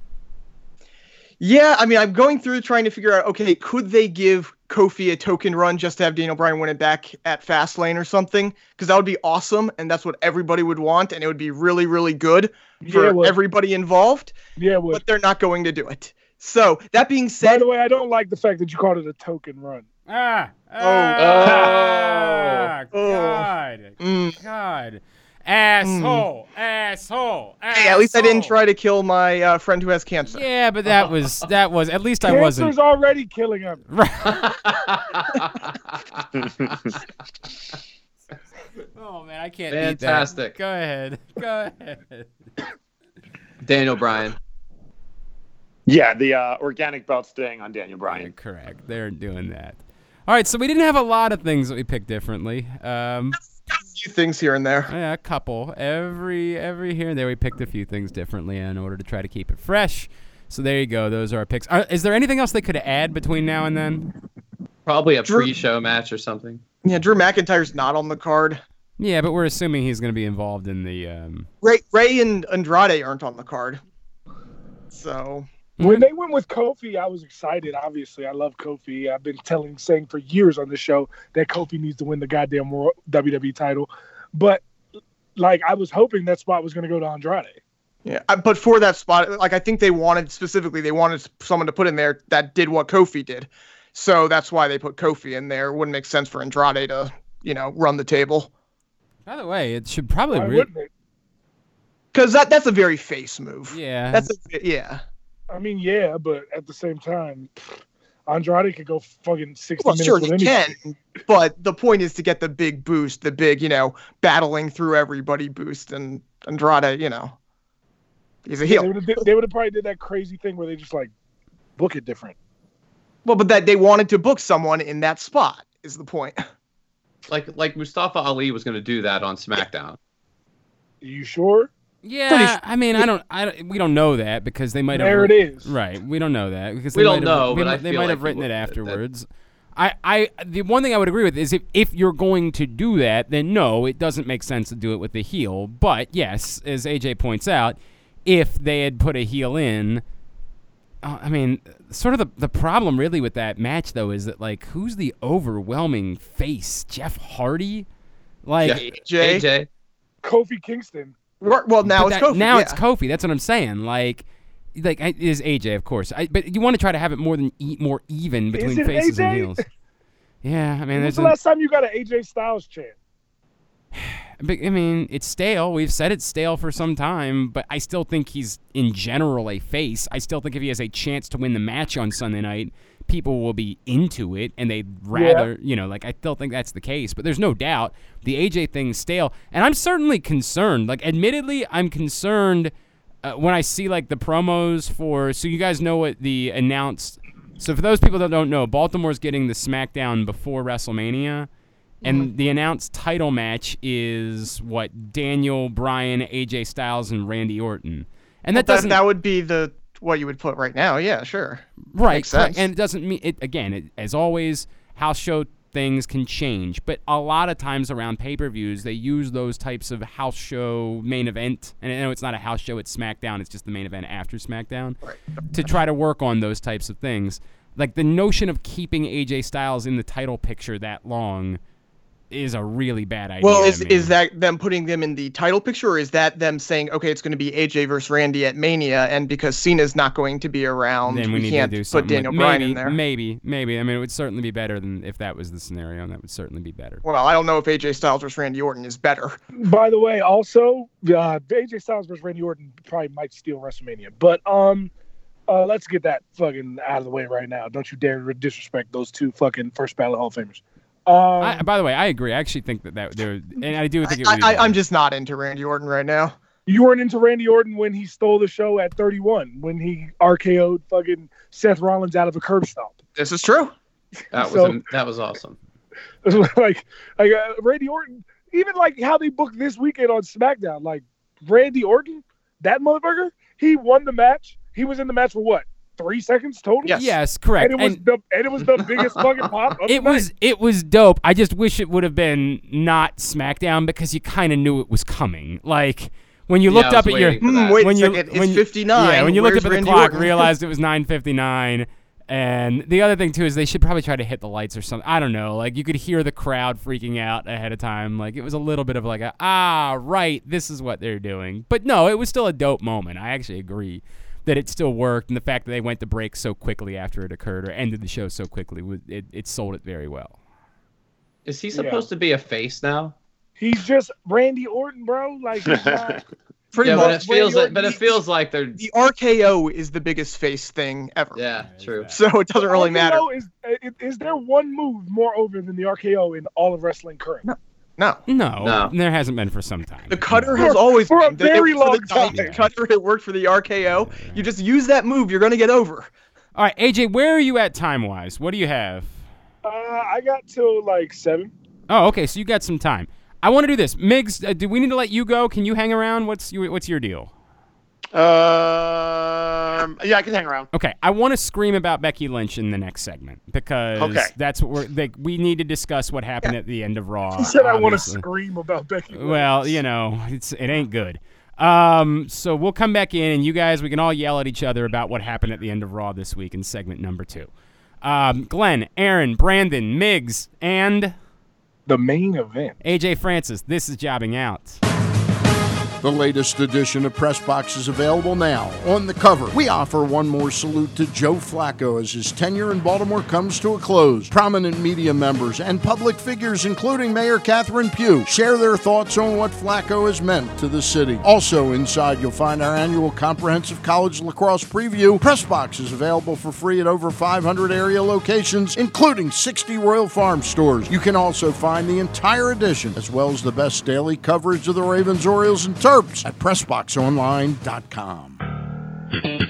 Yeah, I mean, I'm going through trying to figure out. Okay, could they give Kofi a token run just to have Daniel Bryan win it back at Fastlane or something? Because that would be awesome, and that's what everybody would want, and it would be really, really good
Yeah,
for
it would.
everybody involved.
yeah. Well,
But they're not going to do it. So that being
by
said,
the way, I don't like the fact that you called it a token run.
Ah,
ah,
Oh.
God,
mm,
uh, God, asshole, asshole,
hey, at least I didn't try to kill my uh, friend who has cancer.
Yeah, but that was that was at least I
Cancer's
wasn't.
already killing him.
Oh man, I can't beat that.
Fantastic.
Go ahead, go ahead.
Daniel Bryan.
Yeah, the uh, organic belt staying on Daniel
You're
Bryan.
correct. They're doing that. All right, so we didn't have a lot of things that we picked differently. Um,
A few things here and there.
Yeah, a couple. Every every here and there, we picked a few things differently in order to try to keep it fresh. So there you go. Those are our picks. Are, is there anything else they could add between now and then?
Probably a
Drew-
pre-show match or something.
Yeah, Drew McIntyre's not on the card.
Yeah, but we're assuming he's going to be involved in the. Um,
Ray, Ray and Andrade aren't on the card. So
When they went with Kofi, I was excited. Obviously, I love Kofi. I've been telling, saying for years on the show that Kofi needs to win the goddamn world WWE E title. But like I was hoping that spot was going to go to Andrade.
Yeah, I- but for that spot, like I think they wanted specifically, they wanted s- someone to put in there that did what Kofi did. So that's why they put Kofi in there. Wouldn't make sense for Andrade to, you know, run the table
By the way, it should probably.
Why
re-
wouldn't it?
because that that's a very face move.
yeah.
That's a, yeah.
I mean, yeah, but at the same time, pfft, Andrade could go fucking sixty
Well,
minutes
sure
with
he
any-
can, but the point is to get the big boost, the big, you know, battling through everybody boost, and Andrade, you know, he's a
They
heel.
would have they would have probably did that crazy thing where they just like book it different.
Well, but that they wanted to book someone in that spot is the point.
Like like Mustafa Ali was going to do that on SmackDown.
you sure?
yeah. I mean, I don't. I don't, we don't know that because they might have.
There it is.
Right. We don't know that because
We
they
don't
might have-
know,
they
but I
might- they
feel
might
like
have
it
written
would-
it
that-
afterwards. I, I, the one thing I would agree with is if, if you're going to do that, then no, it doesn't make sense to do it with the heel. But yes, as AJ points out, if they had put a heel in, uh, I mean, sort of the, the problem really with that match though is that like who's the overwhelming face? Jeff Hardy, like
Yeah.
Jay?
AJ.
Kofi Kingston.
We're- Well, now
but
it's
that-
Kofi.
Now
yeah.
it's Kofi. That's what I'm saying. Like, like I, it is AJ, of course. I, but you want to try to have it more than e- more even between
it
faces and
AJ?
heels. Yeah, I mean,
When's
there's
the
a,
last time you got an AJ Styles chant?
but, I mean, it's stale. We've said it's stale for some time, but I still think he's in general a face. I still think if he has a chance to win the match on Sunday night, people will be into it and they'd rather, you know, like I still think that's the case, but there's no doubt the AJ thing's stale. And I'm certainly concerned. Like admittedly, I'm concerned uh, when I see like the promos for so you guys know what the announced so for those people that don't know, Baltimore's getting the SmackDown before WrestleMania.
Mm-hmm.
And the announced title match is what Daniel Bryan, AJ Styles, and Randy Orton, and that
That,
doesn't
that would be the what you would put right now. Yeah, sure.
right
makes
correct.
sense.
and it doesn't mean it again it, as always house show things can change but a lot of times around pay-per-views they use those types of house show main event and i know it's not a house show it's smackdown it's just the main event after smackdown to try to work on those types of things like the notion of keeping aj styles in the title picture that long is a really bad idea
Well,
to
is
me.
is that them putting them in the title picture, or is that them saying, okay, it's going to be AJ versus Randy at Mania, and because Cena's not going to be around,
then we, need
can't
to do
put
something
Daniel
with,
Bryan
maybe,
in there.
maybe maybe i mean it would certainly be better than if that was the scenario and that would certainly be better
Well, I don't know if AJ Styles versus Randy Orton is better.
By the way, also uh, AJ Styles versus Randy Orton probably might steal WrestleMania, but um, uh, let's get that fucking out of the way right now. Don't you dare disrespect those two fucking first ballot Hall of Famers. Um,
I, by the way, I agree. I actually think that that there, and I do think it. would be
I, I,
better.
I'm just not into Randy Orton right now.
you weren't into Randy Orton when he stole the show at 31, when he RKO'd fucking Seth Rollins out of a curb stomp.
This is true.
That was
So-
am- that was awesome.
like, like uh, Randy Orton, even like how they booked this weekend on SmackDown, like Randy Orton, that motherfucker, he won the match. He was in the match for what, three seconds total?
Yes.
yes, correct.
And it was the and it was the biggest fucking pop. Of the
it was it was dope. I just wish it would have been not SmackDown because you kind of knew it was coming. Like when you
Yeah,
looked
I
up
was
at your
waiting for that.
Hmm, wait
when
a
you-
second.
when
It's
you-
59.
yeah, when you looked
Where's
up at the
Randy
clock,
Orton?
realized it was 9:59. And the other thing too is they should probably try to hit the lights or something. I don't know. Like you could hear the crowd freaking out ahead of time. Like it was a little bit of like a ah right, this is what they're doing. But no, it was still a dope moment. I actually agree that it still worked, and the fact that they went to break so quickly after it occurred or ended the show so quickly, was- it, it sold it very well.
Is he supposed to be a face now?
He's just Randy Orton, bro. Like he's not-
Pretty
yeah,
much.
but it feels
Randy
like but it
Orton-
feels like they're
the RKO is the biggest face thing ever.
yeah true.
So it doesn't really
RKO
matter.
Is, is, is there one move more over than the RKO in all of wrestling current?
No.
No,
No.
there hasn't been for some time.
The cutter has
For-
always
for a
been- it
very
worked for
long
the Diamond
time.
Cutter, it worked for the RKO. You just use that move, you're gonna get over.
All right, AJ, where are you at time wise? What do you have?
Uh, I got to like seven.
Oh, okay. So you got some time. I want to do this. Migs, uh, do we need to let you go? Can you hang around? What's your, what's your deal?
Um, yeah, I can hang around.
Okay, I want to scream about Becky Lynch in the next segment because
Okay.
that's what we're like. We need to discuss what happened at the end of Raw.
He said I want to
obviously.
scream about Becky. Lynch.
Well, you know, it's it ain't good. Um, so we'll come back in, and you guys, we can all yell at each other about what happened at the end of Raw this week in segment number two. Um, Glenn, Aaron, Brandon, Miggs, and
the main event.
AJ Francis, this is jobbing out.
The latest edition of Press Box is available now. On the cover, we offer one more salute to Joe Flacco as his tenure in Baltimore comes to a close. Prominent media members and public figures, including Mayor Catherine Pugh, share their thoughts on what Flacco has meant to the city. Also inside, you'll find our annual comprehensive college lacrosse preview. Press Box is available for free at over 500 area locations, including 60 Royal Farm stores. You can also find the entire edition, as well as the best daily coverage of the Ravens, Orioles, and Terps at PressBoxOnline.com.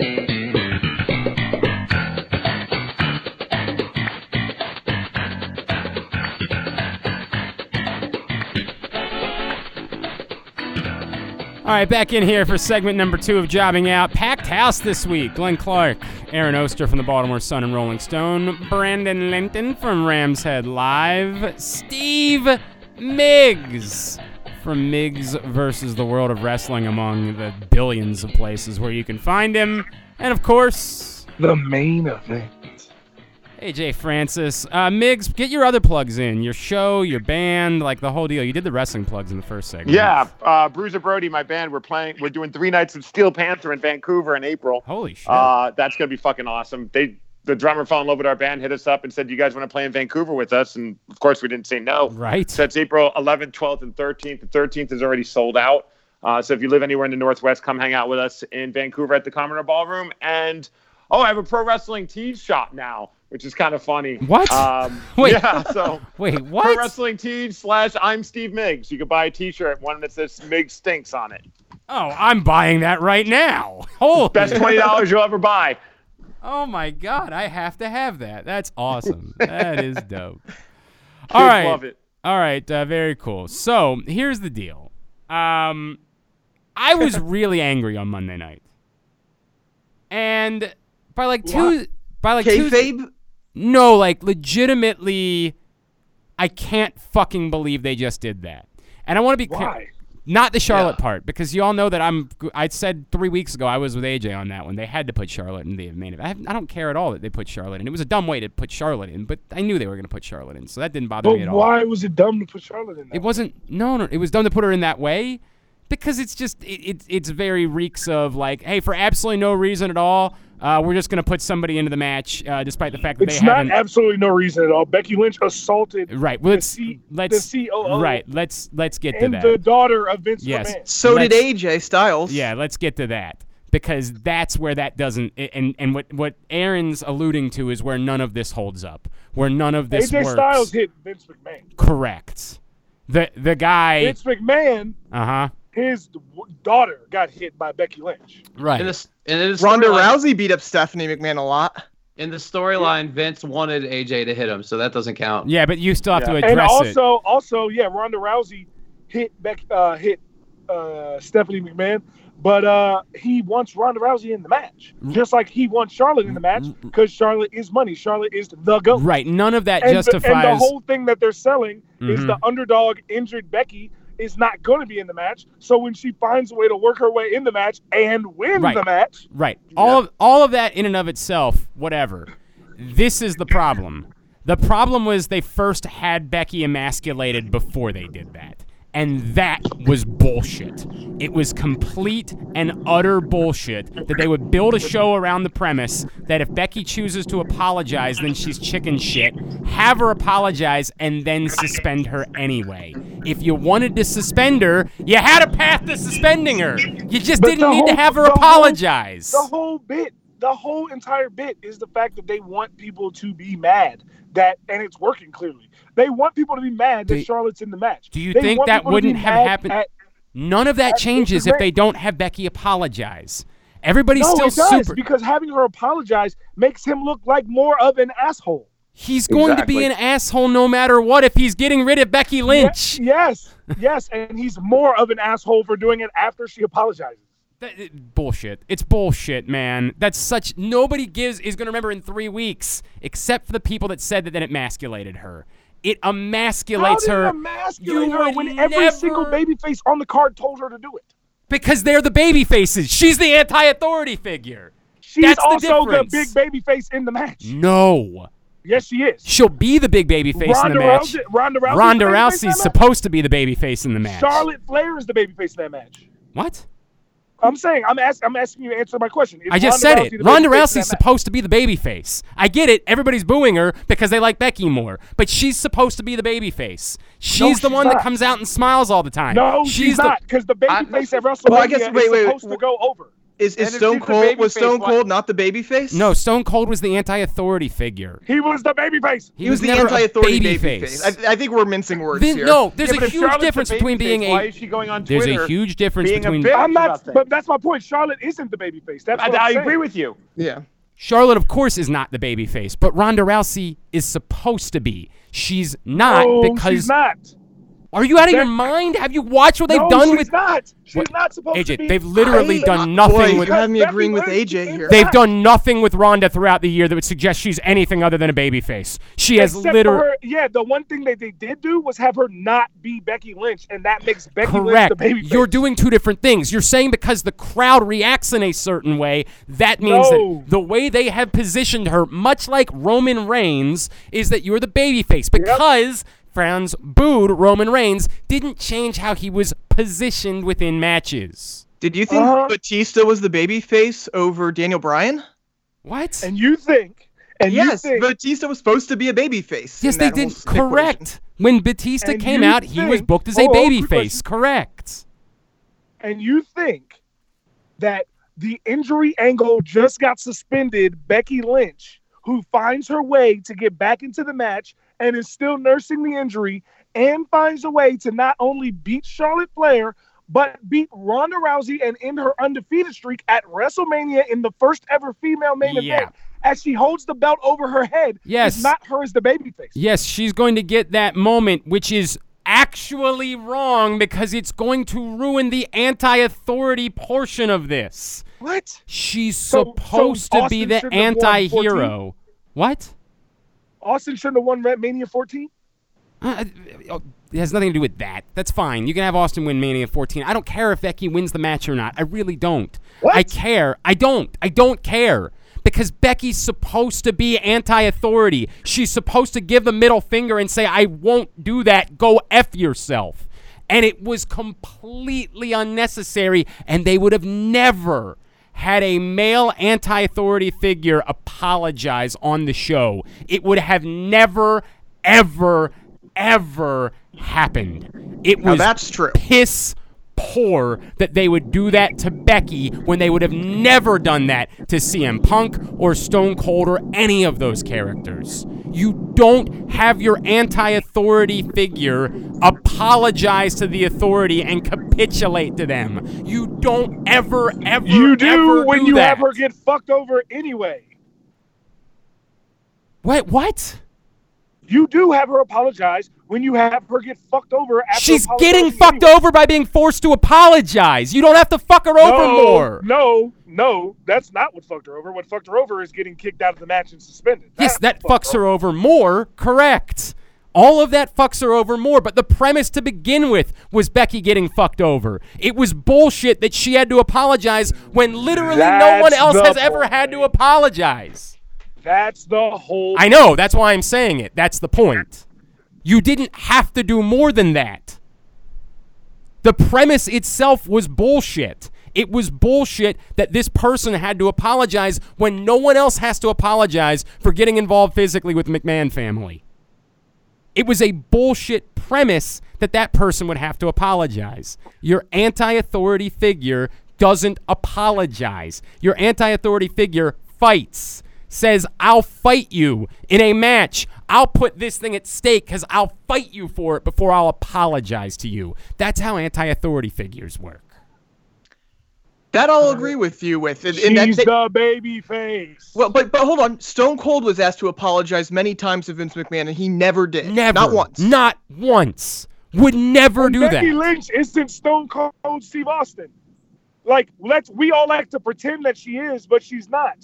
All right, back in here for segment number two of Jobbing Out. Packed house this week. Glenn Clark, Aaron Oster from the Baltimore Sun and Rolling Stone, Brandon Linton from Rams Head Live, Steve Miggs from Miggs versus the World of Wrestling among the billions of places where you can find him. And of course,
The main event.
AJ Francis. Uh, Miggs, get your other plugs in your show, your band, like the whole deal. You did the wrestling plugs in the first segment.
Yeah, uh, Bruiser Brody, my band, we're playing. We're doing three nights of Steel Panther in Vancouver in April.
Holy shit.
Uh, that's gonna be fucking awesome. They, the drummer fell in love with our band, hit us up and said, "You guys want to play in Vancouver with us?" And of course, we didn't say no.
right?
So it's April 11th, 12th, and 13th. The 13th is already sold out. Uh, so if you live anywhere in the Northwest, come hang out with us in Vancouver at the Commodore Ballroom. And oh, I have a pro wrestling tees shop now, which is kind of funny.
What?
Um,
Wait.
Yeah. So
Wait,
pro
what?
wrestling tees slash I'm Steve Miggs. You could buy a T-shirt, one that says Miggs stinks on it.
Oh, I'm buying that right now. Holy.
Best twenty dollars you'll ever buy.
Oh my God, I have to have that. That's awesome. that is dope.
Kids
All right.
love it.
All right, uh, very cool. So here's the deal. Um, I was really angry on Monday night, and by like two, by like Tuesday,
Kayfabe?
no, like legitimately, I can't fucking believe they just did that. And I want to be clear-
Why?
not the Charlotte
Yeah.
part, because you all know that I'm. I said three weeks ago I was with AJ on that one. They had to put Charlotte in the main event. I, have- I don't care at all that they put Charlotte in. It was a dumb way to put Charlotte in, but I knew they were going to put Charlotte in, so that didn't bother
But
me at all.
why was it dumb to put Charlotte in there?
It wasn't. No, no. It was dumb to put her in that way because it's just it, it it's very reeks of like, hey, for absolutely no reason at all, uh, we're just gonna put somebody into the match, uh, despite the fact that
It's
they
not
haven't.
absolutely no reason at all. Becky Lynch assaulted
right. Well, let's
C-
let's
the COO
right. Let's let's get to
and
that.
the daughter of Vince
Yes.
McMahon.
So did
Let's-
AJ Styles.
Yeah, let's get to that because that's where that doesn't a- and and what what Aaron's alluding to is where none of this holds up, where none of this
AJ
works.
Styles hit Vince McMahon.
Correct. The the guy.
Vince McMahon,
Uh huh.
his w- daughter, got hit by Becky Lynch.
In
Right.
this, in this
Ronda
storyline-
Rousey beat up Stephanie McMahon a lot.
In the storyline, Vince wanted AJ to hit him, so that doesn't count.
Yeah, but you still have to
Yeah.
address
And
it.
also, also, yeah, Ronda Rousey hit Beck, uh, hit uh, Stephanie McMahon, but uh, he wants Ronda Rousey in the match, just like he wants Charlotte in the match,
Mm-hmm.
because Charlotte is money. Charlotte is the goat.
Right. None of that
and,
justifies.
The, and the whole thing that they're selling is
Mhm.
the underdog injured Becky is not going to be in the match. So when she finds a way to work her way in the match and win
Right.
the match,
right. All of all of that in and of itself, whatever. This is the problem. The problem was they first had Becky emasculated before they did that. And that was bullshit. It was complete and utter bullshit that they would build a show around the premise that if Becky chooses to apologize, then she's chicken shit. Have her apologize and then suspend her anyway. If you wanted to suspend her, you had a path to suspending her. You just
But
didn't
the
need to
whole-
have her
the whole-
apologize.
the whole bit, the whole entire bit is the fact that they want people to be mad that, and it's working clearly. They want people to be mad that
Do-
Charlotte's in the match.
do you
They
think
want
that
people to be
wouldn't have
mad
happened?
at-
None of that
That's
changes if
incorrect.
they don't have Becky apologize. Everybody's
no,
still
it does,
super.
because having her apologize makes him look like more of an asshole.
He's going to be
Exactly.
an asshole no matter what if he's getting rid of Becky Lynch.
Ye- yes, yes, and he's more of an asshole for doing it after she apologizes.
That- it- bullshit. It's bullshit, man. That's such nobody gives is going to remember in 3 weeks except for the people that said that then it emasculated her. It emasculates
How did
her.
it
You
emasculate her
would
when every single
never-
babyface on the card told her to do it?
because they're the baby faces. She's the anti-authority figure.
She's
That's the
also the,
difference. Mm.
big babyface in the match.
No.
Yes, she is.
She'll be the big baby face in
Ronda
the match.
Rousey, Ronda Rousey.
Ronda Rousey's supposed to be the baby face in the match.
Charlotte Flair is the babyface in that match.
What?
I'm saying I'm asking I'm asking you to answer my question. Is
I just
Ronda
said
Rousey
it.
the
Ronda
babyface in
Rousey's
that match?
supposed to be the baby face. I get it. Everybody's booing her because they like Becky more, but she's supposed to be the baby face. She's the
she's
one that
not.
comes out and smiles all the time.
No, she's,
the,
not because the
I-
babyface at WrestleMania
Well, I guess- wait,
is
wait,
supposed
wait.
to go over.
Is,
And
is
if
Stone
she's the
Cold was
babyface,
Stone
why-
Cold not the babyface?
No, Stone Cold was the anti-authority figure.
He was the babyface.
he was, the
never a
anti-authority
baby
babyface. I, I think we're mincing words
Then-
here.
no, there's
Yeah,
a
but if
huge
Charlotte's
difference between
babyface,
being
Why
a
is she going on
there's
Twitter?
a huge difference
being a
between
bitch?
I'm not,
about that.
but that's my point. Charlotte isn't the babyface. That's
I,
what
I
I'm
agree
saying.
with you.
Yeah.
Charlotte, of course, is not the baby face, but Ronda Rousey is supposed to be. She's not
No,
because
she's not.
are you out of your
That-
mind? Have you watched what they've
no,
done
she's
with
not. She's
What-
not supposed to
AJ?
be.
They've literally
I-
done nothing
Boy,
with
you have me
Becky
agreeing with
Lynch
AJ
is
here.
They've done nothing with Ronda throughout the year that would suggest she's anything other than a babyface. She has
Except for
literally
her- yeah, the one thing that they did do was have her not be Becky Lynch, and that makes Becky Lynch
correct.
the baby.
You're doing two different things. You're saying because the crowd reacts in a certain way, that means
No.
that the way they have positioned her, much like Roman Reigns, is that you're the babyface because fans booed Roman Reigns didn't change how he was positioned within matches.
Did you think
Uh-huh.
Batista was the babyface over Daniel Bryan?
What?
and you think, and
yes,
you think,
Batista was supposed to be a babyface.
yes,
in
they
that whole
did.
situation.
Correct. When Batista
And
came
you
out, he was
think-
booked as a
Oh, oh, quick
babyface. Correct.
and you think that the injury angle just got suspended. Becky Lynch, who finds her way to get back into the match and is still nursing the injury, and finds a way to not only beat Charlotte Flair. But beat Ronda Rousey and end her undefeated streak at WrestleMania in the first ever female main
Yeah.
event as she holds the belt over her head.
Yes.
It's not her as the babyface.
Yes, she's going to get that moment, which is actually wrong because it's going to ruin the anti authority portion of this.
What?
She's
So- so
supposed to be
Austin
the
shouldn't have won
anti hero. What?
Austin shouldn't have won Red Mania 14?
Uh, uh, it has nothing to do with that. That's fine. You can have Austin win Mania 14. I don't care if Becky wins the match or not. I really don't. I care. I don't. I don't care. Because Becky's supposed to be anti authority. She's supposed to give the middle finger and say, I won't do that. Go F yourself. And it was completely unnecessary, and they would have never had a male anti authority figure apologize on the show. It would have never, ever, ever happened. It
Now
was
that's true.
piss poor that they would do that to Becky when they would have never done that to CM Punk or Stone Cold or any of those characters. You don't have your anti authority figure apologize to the authority and capitulate to them. You don't ever, ever,
You do
ever
when
do
you
that.
have her get fucked over anyway.
Wait, what?
You do have her apologize when you have her get fucked over after
She's
apologizing
getting fucked
anyway.
over by being forced to apologize. You don't have to fuck her over
no,
more.
No, no, that's not what fucked her over. What fucked her over is getting kicked out of the match and suspended.
Yes, that
fucked
fucks her over more. Correct. All of that fucks her over more. But the premise to begin with was Becky getting fucked over. It was bullshit that she had to apologize when literally no one
That's
else
the
has ever had to
point.
apologize.
That's the whole.
I know. That's why I'm saying it. That's the point. You didn't have to do more than that. The premise itself was bullshit. It was bullshit that this person had to apologize when no one else has to apologize for getting involved physically with the McMahon family. It was a bullshit premise that that person would have to apologize. Your anti authority figure doesn't apologize. Your anti authority figure fights, says, I'll fight you in a match. I'll put this thing at stake because I'll fight you for it before I'll apologize to you. That's how anti authority figures work.
That I'll agree with you with. And,
She's
and that, that-
the baby face.
well, but but hold on. Stone Cold was asked to apologize many times to Vince McMahon, and he never did.
Never.
Not once. Oh,
Not once. Would never do
Becky
that.
Lynch isn't Stone Cold Steve Austin. Like, let's we all like to pretend that she is, but she's not.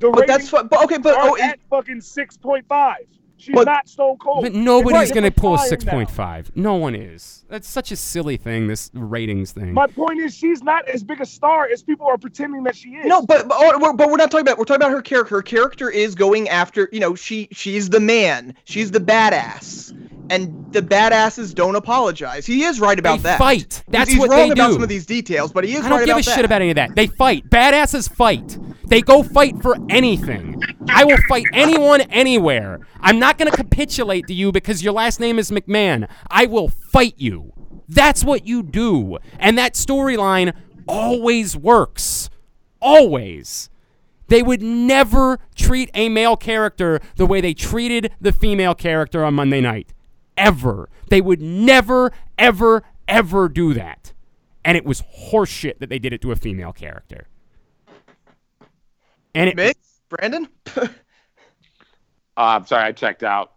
The
But that's
ratings
what. But okay. But
are
oh,
at fucking six point five. She's not Stone Cold.
But nobody's
It's
going to
different
pull a
time now.
6.5. No one is. That's such a silly thing, this ratings thing.
My point is, she's not as big a star as people are pretending that she is.
No, but but, oh, we're, but we're not talking about we're talking about her character. Her character is going after you know she she's the man. She's the badass, and the badasses don't apologize. He is right about
They
that.
fight. That's
he's, he's
what
wrong
they
about
do.
some of these details, but he is
I don't
right
give
about
a
that.
shit about any of that. They fight. Badasses fight. They go fight for anything. I will fight anyone anywhere. I'm not going to capitulate to you because your last name is McMahon. I will fight you. That's what you do. And that storyline always works. Always. They would never treat a male character the way they treated the female character on Monday night. Ever. They would never, ever, ever do that. And it was horseshit that they did it to a female character. And it,
Mick, Brandon.
Uh, I'm sorry, I checked out.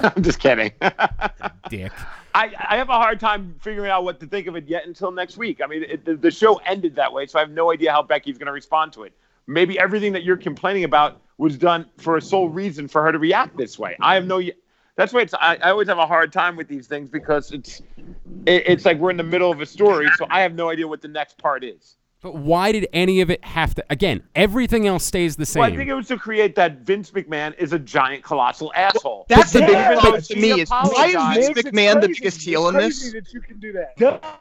I'm just kidding.
dick.
I, I have a hard time figuring out what to think of it yet until next week. I mean, it, the, the show ended that way, so I have no idea how Becky's going to respond to it. Maybe everything that you're complaining about was done for a sole reason for her to react this way. I have no. That's why it's, I, I always have a hard time with these things because it's it, it's like we're in the middle of a story, so I have no idea what the next part is.
But why did any of it have to? Again, everything else stays the same.
Well, I think it was to create that Vince McMahon is a giant, colossal asshole.
That's the
Yeah,
big
but
problem to
she
me is why is
apologized.
Vince
Migs, it's
McMahon the
crazy-
biggest heel in
it's crazy
this?
That you can do that.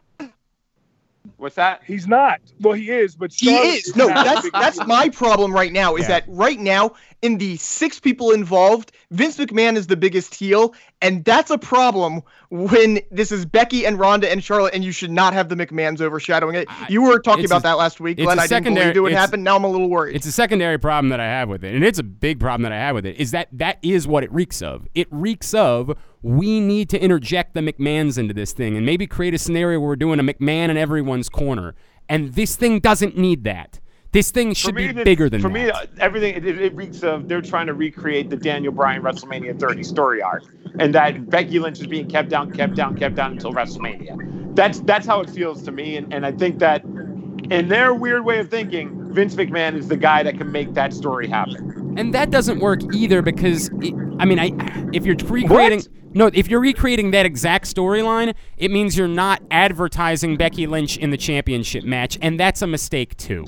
What's that?
He's not. Well, he is, but
He
Charlotte
is. No,
not as
that's
big a
that's
deal.
my problem right now. Is that right now in the six people involved, Vince McMahon is the biggest heel, and that's a problem when this is Becky and Ronda and Charlotte, and you should not have the McMahons overshadowing it. You were talking
it's
about
a-
that last week.
it's
Glenn,
a
I didn't
secondary-
believe it would
it's-
happen. Now I'm a little worried.
It's a secondary problem that I have with it, and it's a big problem that I have with it. Is that that is what it reeks of? It reeks of we need to interject the McMahons into this thing, and maybe create a scenario where we're doing a McMahon in everyone's corner, and this thing doesn't need that. This thing should be
the-
bigger than
for
that.
me. uh, Everything it, it reeks of they're trying to recreate the Daniel Bryan WrestleMania 30 story arc, and that Becky Lynch is being kept down, kept down, kept down until WrestleMania. That's that's how it feels to me, and, and I think that in their weird way of thinking, Vince McMahon is the guy that can make that story happen.
and that doesn't work either because it, I mean, I if you're recreating no, if you're recreating that exact storyline, it means you're not advertising Becky Lynch in the championship match, and that's a mistake too.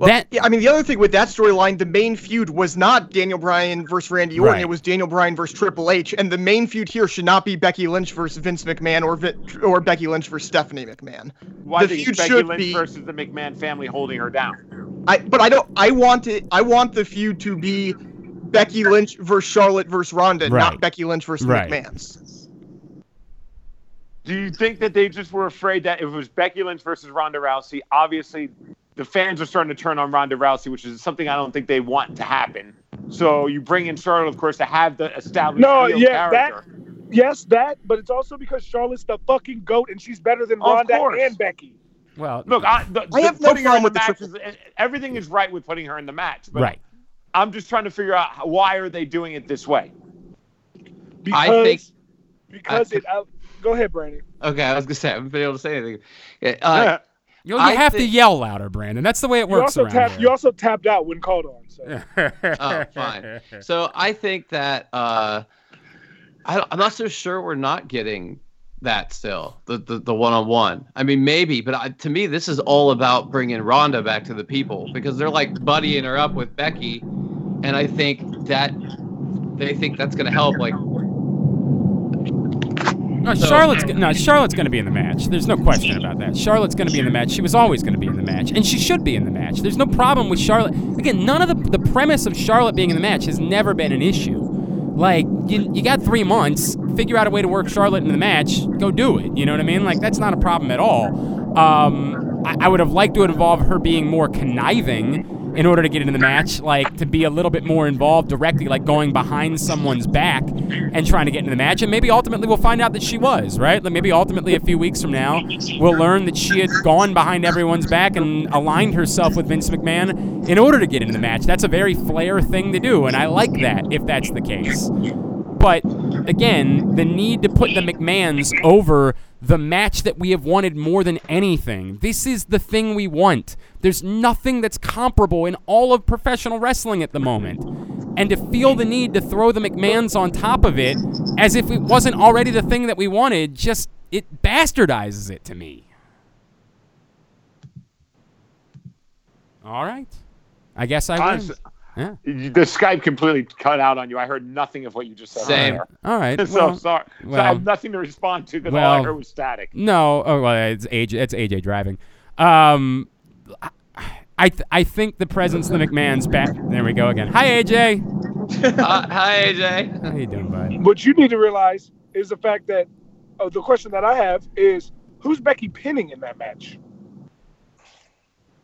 that
Yeah, I mean, the other thing with that storyline, the main feud was not Daniel Bryan versus Randy Orton.
Right.
It was Daniel Bryan versus Triple H, and the main feud here should not be Becky Lynch versus Vince McMahon or Vi- or Becky Lynch versus Stephanie McMahon.
Why
the
think it's
feud
Becky
should
Lynch
be.
versus the McMahon family holding her down?
I but I don't. I want it. I want the feud to be Becky Lynch versus Charlotte versus Ronda,
Right.
not Becky Lynch versus
Right.
the McMahon's.
Do you think that they just were afraid that if it was Becky Lynch versus Ronda Rousey, obviously the fans are starting to turn on Ronda Rousey, which is something I don't think they want to happen. So you bring in Charlotte, of course, to have the established
No,
heel
yeah,
character.
Yes, that, but it's also because Charlotte's the fucking goat and she's better than
Of
Ronda
course.
and Becky.
well,
Look, I, the,
I
the
have no
putting her
problem
in
with the
match is- eh, everything is right with putting her in the match, but
right.
I'm just trying to figure out how- why are they doing it this way.
Because,
I think
because it. Uh, go ahead, Brandon.
Okay, I was gonna say I haven't been able to say anything. Yeah, Uh,
You, you
I
have to
think-
yell louder, Brandon. That's the way it
You
works
also
around
tapped.
here.
You also tapped out when called on. So.
oh, fine. So I think that uh, I, don't- I'm not so sure we're not getting that still the the, the one-on-one. I mean, maybe, but I, to me, this is all about bringing Rhonda back to the people because they're like buddying her up with Becky, and I think that they think that's gonna help. Like,
No, Charlotte's g- no, Charlotte's going to be in the match. There's no question about that. Charlotte's going to be in the match. She was always going to be in the match, and she should be in the match. There's no problem with Charlotte. Again, none of the the premise of Charlotte being in the match has never been an issue. Like you, you got three months. Figure out a way to work Charlotte into the match. Go do it. You know what I mean? Like that's not a problem at all. Um, I, I would have liked to involve her being more conniving in order to get into the match, like to be a little bit more involved directly, like going behind someone's back and trying to get into the match. And maybe ultimately we'll find out that she was, right? Like maybe ultimately a few weeks from now, we'll learn that she had gone behind everyone's back and aligned herself with Vince McMahon in order to get into the match. That's a very flair thing to do, and I like that if that's the case. But again, the need to put the McMahons over the match that we have wanted more than anything. This is the thing we want. There's nothing that's comparable in all of professional wrestling at the moment.
and to feel the need to throw the McMahons on top of it as if it wasn't already the thing that we wanted, just it bastardizes it to me. All right. I guess I win.
Honestly,
Yeah.
you- the Skype completely cut out on you. I heard nothing of what you just said. on
Same.
there.
All right.
so
well,
sorry. so I
well.
have nothing to respond to because all I
Well.
heard was static.
No, oh well, it's AJ. It's AJ driving. Um, I- I th- I think the presence of the McMahon's back. There we go again. Hi AJ.
Uh, hi, AJ.
How you doing, bud?
What you need to realize is the fact that uh, the question that I have is who's Becky pinning in that match?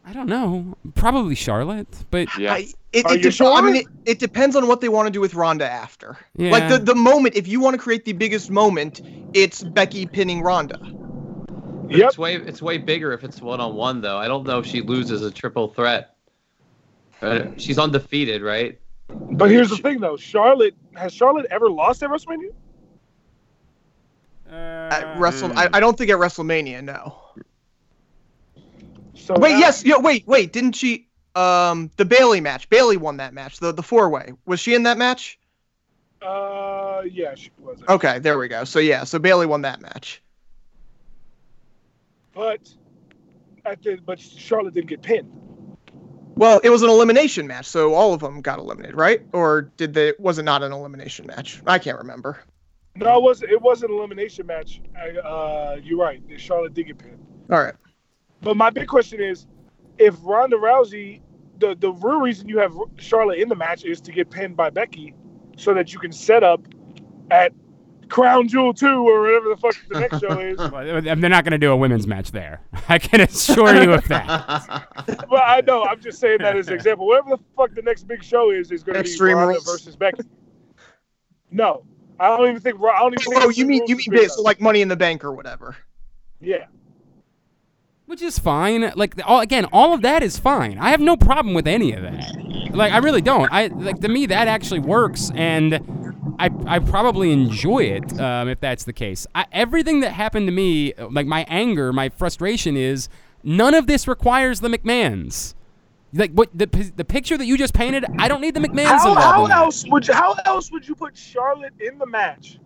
I don't know. Probably Charlotte, but
Yeah.
I, it,
Are
it
you
dep- I
sure?
mean, it, it depends on what they want to do with Ronda after. Like
Yeah.
the, the moment, if you want to create the biggest moment, it's Becky pinning Ronda.
Yep.
It's way it's way bigger if it's one on one though. I don't know if she loses a triple threat. Uh, she's undefeated, right?
But here's the thing though, Charlotte has Charlotte ever lost at WrestleMania? Mm.
At Wrestle, I, I don't think at WrestleMania. No.
So
Wait,
now-
yes, yeah, wait, wait. Didn't she? Um, the Bailey match. Bailey won that match. The the four way. Was she in that match?
Uh, yeah, she was.
Okay, there we go. So yeah, so Bailey won that match.
But at the but Charlotte didn't get pinned.
Well, it was an elimination match, so all of them got eliminated, right? Or did they? Was it not an elimination match? I can't remember.
No, it wasn't. It was an elimination match. I, uh, you're right. Charlotte did get pinned.
All right.
But my big question is, if Ronda Rousey, the the real reason you have Charlotte in the match is to get pinned by Becky, so that you can set up at Crown Jewel Two or whatever the fuck the next show is.
Well, they're not going to do a women's match there. I can assure you of that.
Well, I know. I'm just saying that as an example. Whatever the fuck the next big show is is going to be
Extreme
Ronda
Rules.
versus Becky. No, I don't even think. I don't even. Think
Oh, you
Extreme
mean
Rules
you
is
mean ba-
big
so
enough.
like Money in the Bank or whatever?
yeah.
Which is fine. Like the- all again, all of that is fine. I have no problem with any of that. Like I really don't. I like to me that actually works, and I I probably enjoy it um, if that's the case. I, everything that happened to me, like my anger, my frustration is none of this requires the McMahons. Like what the pi- the picture that you just painted, I don't need the McMahons
How,
involved.
how
in that.
else would you, how else would you put Charlotte in the match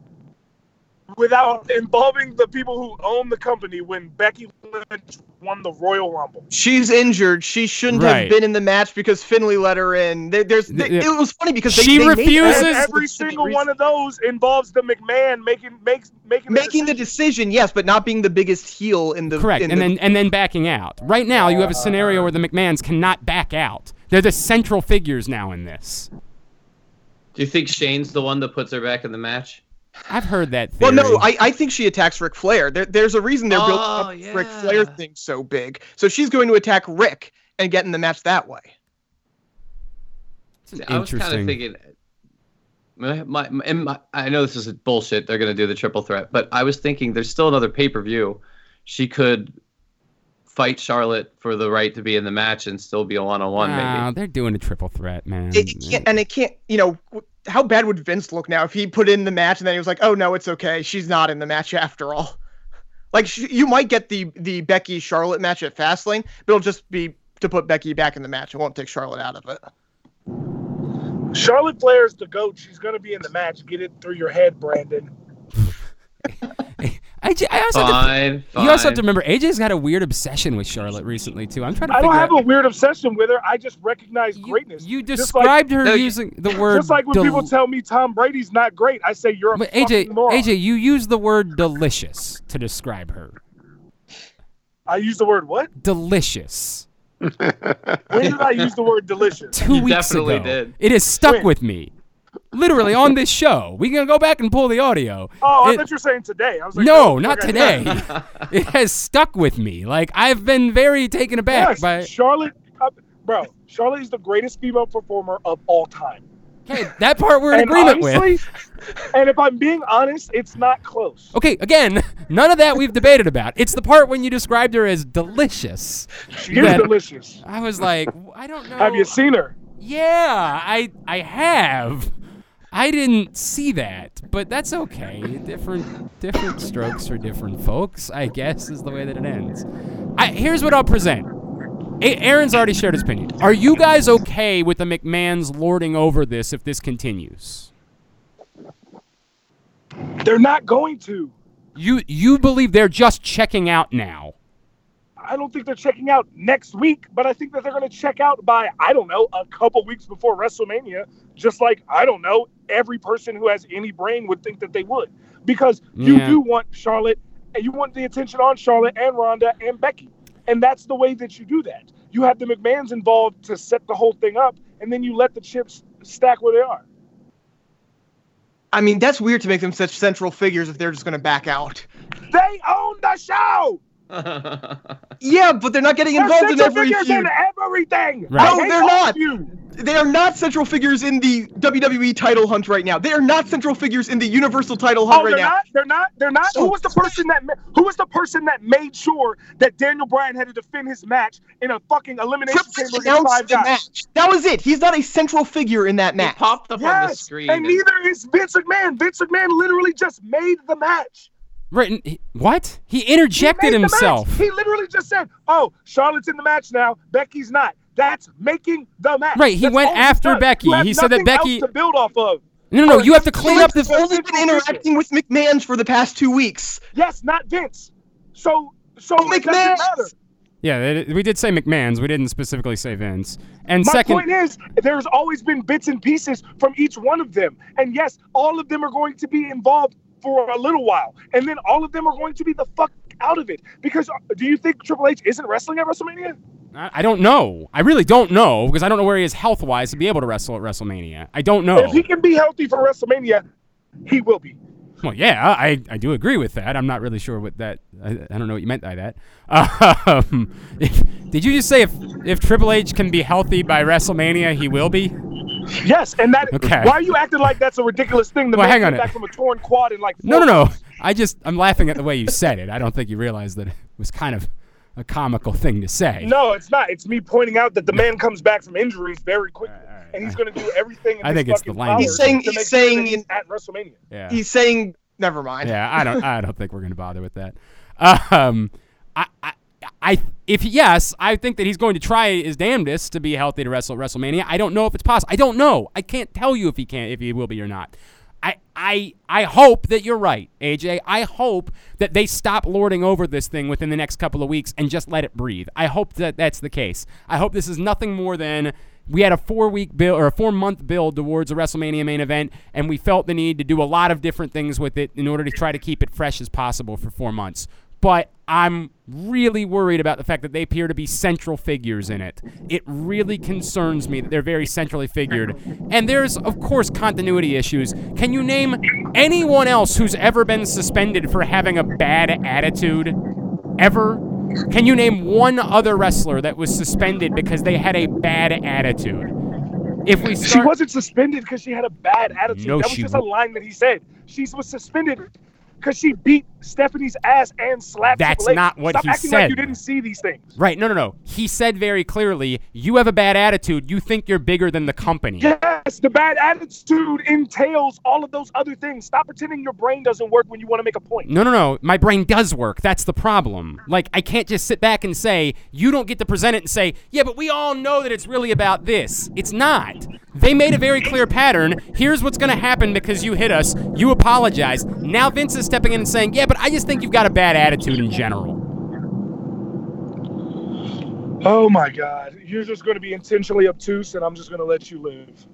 without involving the people who own the company when Becky Lynch won the Royal Rumble?
She's injured. She shouldn't
Right.
have been in the match because Finley let her in. There, there's
Th-
th- it was funny because they,
She
they made that
refuses-
And
is-
every single one of those involves the McMahon making makes making
making the decision. Yes, but not being the biggest heel in the
Correct,
in
and
the-
then and then backing out. Right now, you have a scenario where the McMahons cannot back out. They're the central figures now in this.
Do you think Shane's the one that puts her back in the match?
I've heard that.
Well,
Theory.
no, I, I think she attacks Ric Flair. There, there's a reason they're building
Oh,
up Ric
yeah.
Flair thing so big. So she's going to attack Rick and get in the match that way.
See, I was kind of
Interesting.
thinking. My, my, my- and my- I know this is bullshit. They're going to do the triple threat, but I was thinking there's still another pay per view. She could fight Charlotte for the right to be in the match and still be a one on one,
Nah,
maybe.
they're doing a triple threat, man.
It,
Mm-hmm.
it can't, and it can't, you know, w- how bad would Vince look now if he put in the match and then he was like, oh, no, it's okay. She's not in the match after all. Like, sh- you might get the, the Becky Charlotte match at Fastlane, but it'll just be to put Becky back in the match. It won't take Charlotte out of it.
Charlotte Flair's the goat. She's gonna be in the match. Get it through your head, Brandon.
I, ju- I also have to,
Fine, fine.
you also have to remember AJ's got a weird obsession with Charlotte recently too. I'm trying to
I
figure
don't have a
out.
weird obsession with her. I just recognize
you,
greatness.
you
Just like-
described her
No, you-
using the word.
Just like when
del-
people tell me Tom Brady's not great, I say you're a
But AJ,
fucking moron.
AJ, you use the word delicious to describe her.
I use the word what?
Delicious.
When did I use the word delicious?
Two
You
weeks
definitely
ago,
did.
it has stuck
When?
with me. Literally on this show, we can go back and pull the audio.
Oh, I
It-
thought you were saying today. I was like,
no,
oh,
not
okay.
today. it has stuck with me. Like I've been very taken aback
Yes,
by.
Charlotte, uh, bro. Charlotte is the greatest female performer of all time.
Okay, that part we're in
and
agreement with.
honestly, and if I'm being honest, it's not close.
Okay, again, none of that we've debated about. It's the part when you described her as delicious.
She's
that-
delicious.
I was like, w- I don't know.
Have you seen her?
Yeah, I I have. I didn't see that, but that's okay. Different different strokes for different folks, I guess, is the way that it ends. I, here's what I'll present. A- Aaron's already shared his opinion. Are you guys okay with the McMahon's lording over this if this continues?
They're not going to.
You you believe they're just checking out now?
I don't think they're checking out next week, but I think that they're going to check out by, I don't know, a couple weeks before WrestleMania, just like, I don't know, every person who has any brain would think that they would. Because you
Yeah.
do want Charlotte, and you want the attention on Charlotte and Ronda and Becky. And that's the way that you do that. You have the McMahons involved to set the whole thing up, and then you let the chips stack where they are.
I mean, that's weird to make them such central figures if they're just going to back out.
They own the show!
Yeah, but they're not getting
They're
involved in
central
every
figures
feud.
in everything!
Right.
I
No,
hate
they're
all
not.
of You.
They are not central figures in the WWE title hunt right now. They are not central figures in the Universal title hunt
Oh,
right
they're
now.
not. They're not. They're not.
So-
who was the person that? ma- Who was the person that made sure that Daniel Bryan had to defend his match in a fucking elimination
Triple H
chamber against
announced
five
the
guys?
match. That was it. He's not a central figure in that
He
match.
popped up on the
Yes,
screen.
and neither is Vince McMahon. Vince McMahon literally just made the match.
Right? and he- What? He
He
interjected
made the match.
himself.
He literally just said, "Oh, Charlotte's in the match now. Becky's not." That's making the match.
Right, he
That's
went
all
after
done.
Becky.
You have
He said that
nothing else
Becky-
to build off of.
No, no, no.
Oh,
You have to
he
clean up
He's
this.
only been interacting with McMahon's for the past two weeks.
Yes, not Vince. So, so it doesn't
McMahon.
matter.
Yeah, it- we did say McMahon's. We didn't specifically say Vince. And
My
second,
point is, there's always been bits and pieces from each one of them. And yes, all of them are going to be involved for a little while. And then all of them are going to be the fuck out of it. Because uh, do you think Triple H isn't wrestling at WrestleMania?
I I don't know. I really don't know because I don't know where he is health wise to be able to wrestle at WrestleMania. I don't know.
If he can be healthy for WrestleMania, he will be.
Well, yeah, I, I do agree with that. I'm not really sure what that. I, I don't know what you meant by that. Um, if, did you just say if if Triple H can be healthy by WrestleMania, he will be?
Yes, and that.
Okay.
Why are you acting like that's a ridiculous thing? The
Well,
man
hang on
came
a-
back from a torn quad in like.
No, no,
four
no.
months.
I just I'm laughing at the way you said it. I don't think you realized that it was kind of a comical thing to say.
No, it's not. It's me pointing out that the man comes back from injuries very quickly, and he's going to do everything. In
I
his
think it's the
fucking
language.
power
He's saying-
to
he's
make sure that
saying
he's
in-
at WrestleMania.
Yeah.
He's saying, never mind.
Yeah, I don't. I don't think we're gonna bother with that. Um, I, I, I, if yes, I think that he's going to try his damnedest to be healthy to wrestle at WrestleMania. I don't know if it's possible. I don't know. I can't tell you if he can, if he will be or not. I, I, I hope that you're right, AJ. I hope that they stop lording over this thing within the next couple of weeks and just let it breathe. I hope that that's the case. I hope this is nothing more than we had a four week build or a four month build towards a WrestleMania main event, and we felt the need to do a lot of different things with it in order to try to keep it fresh as possible for four months. But I'm really worried about the fact that they appear to be central figures in it. It really concerns me that they're very centrally figured. And there's, of course, continuity issues. Can you name anyone else who's ever been suspended for having a bad attitude? Ever? Can you name one other wrestler that was suspended because they had a bad attitude? If we
She
start,
wasn't suspended because she had a bad attitude.
No,
that was
she
just
wa-
a line that he said. She was suspended because she beat Stephanie's ass and slapped.
That's
Triple H.
not what
Stop
he
acting
said.
Like you didn't see these things.
right? No, no, no. He said very clearly, "You have a bad attitude. You think you're bigger than the company."
Yes, the bad attitude entails all of those other things. Stop pretending your brain doesn't work when you want to make a point.
No, no, no. My brain does work. That's the problem. Like, I can't just sit back and say, you don't get to present it and say, yeah, but we all know that it's really about this. It's not. They made a very clear pattern. Here's what's going to happen because you hit us. You apologize. Now Vince is stepping in and saying, yeah, but I just think you've got a bad attitude in general.
Oh my God, you're just going to be intentionally obtuse, and I'm just going to let you live.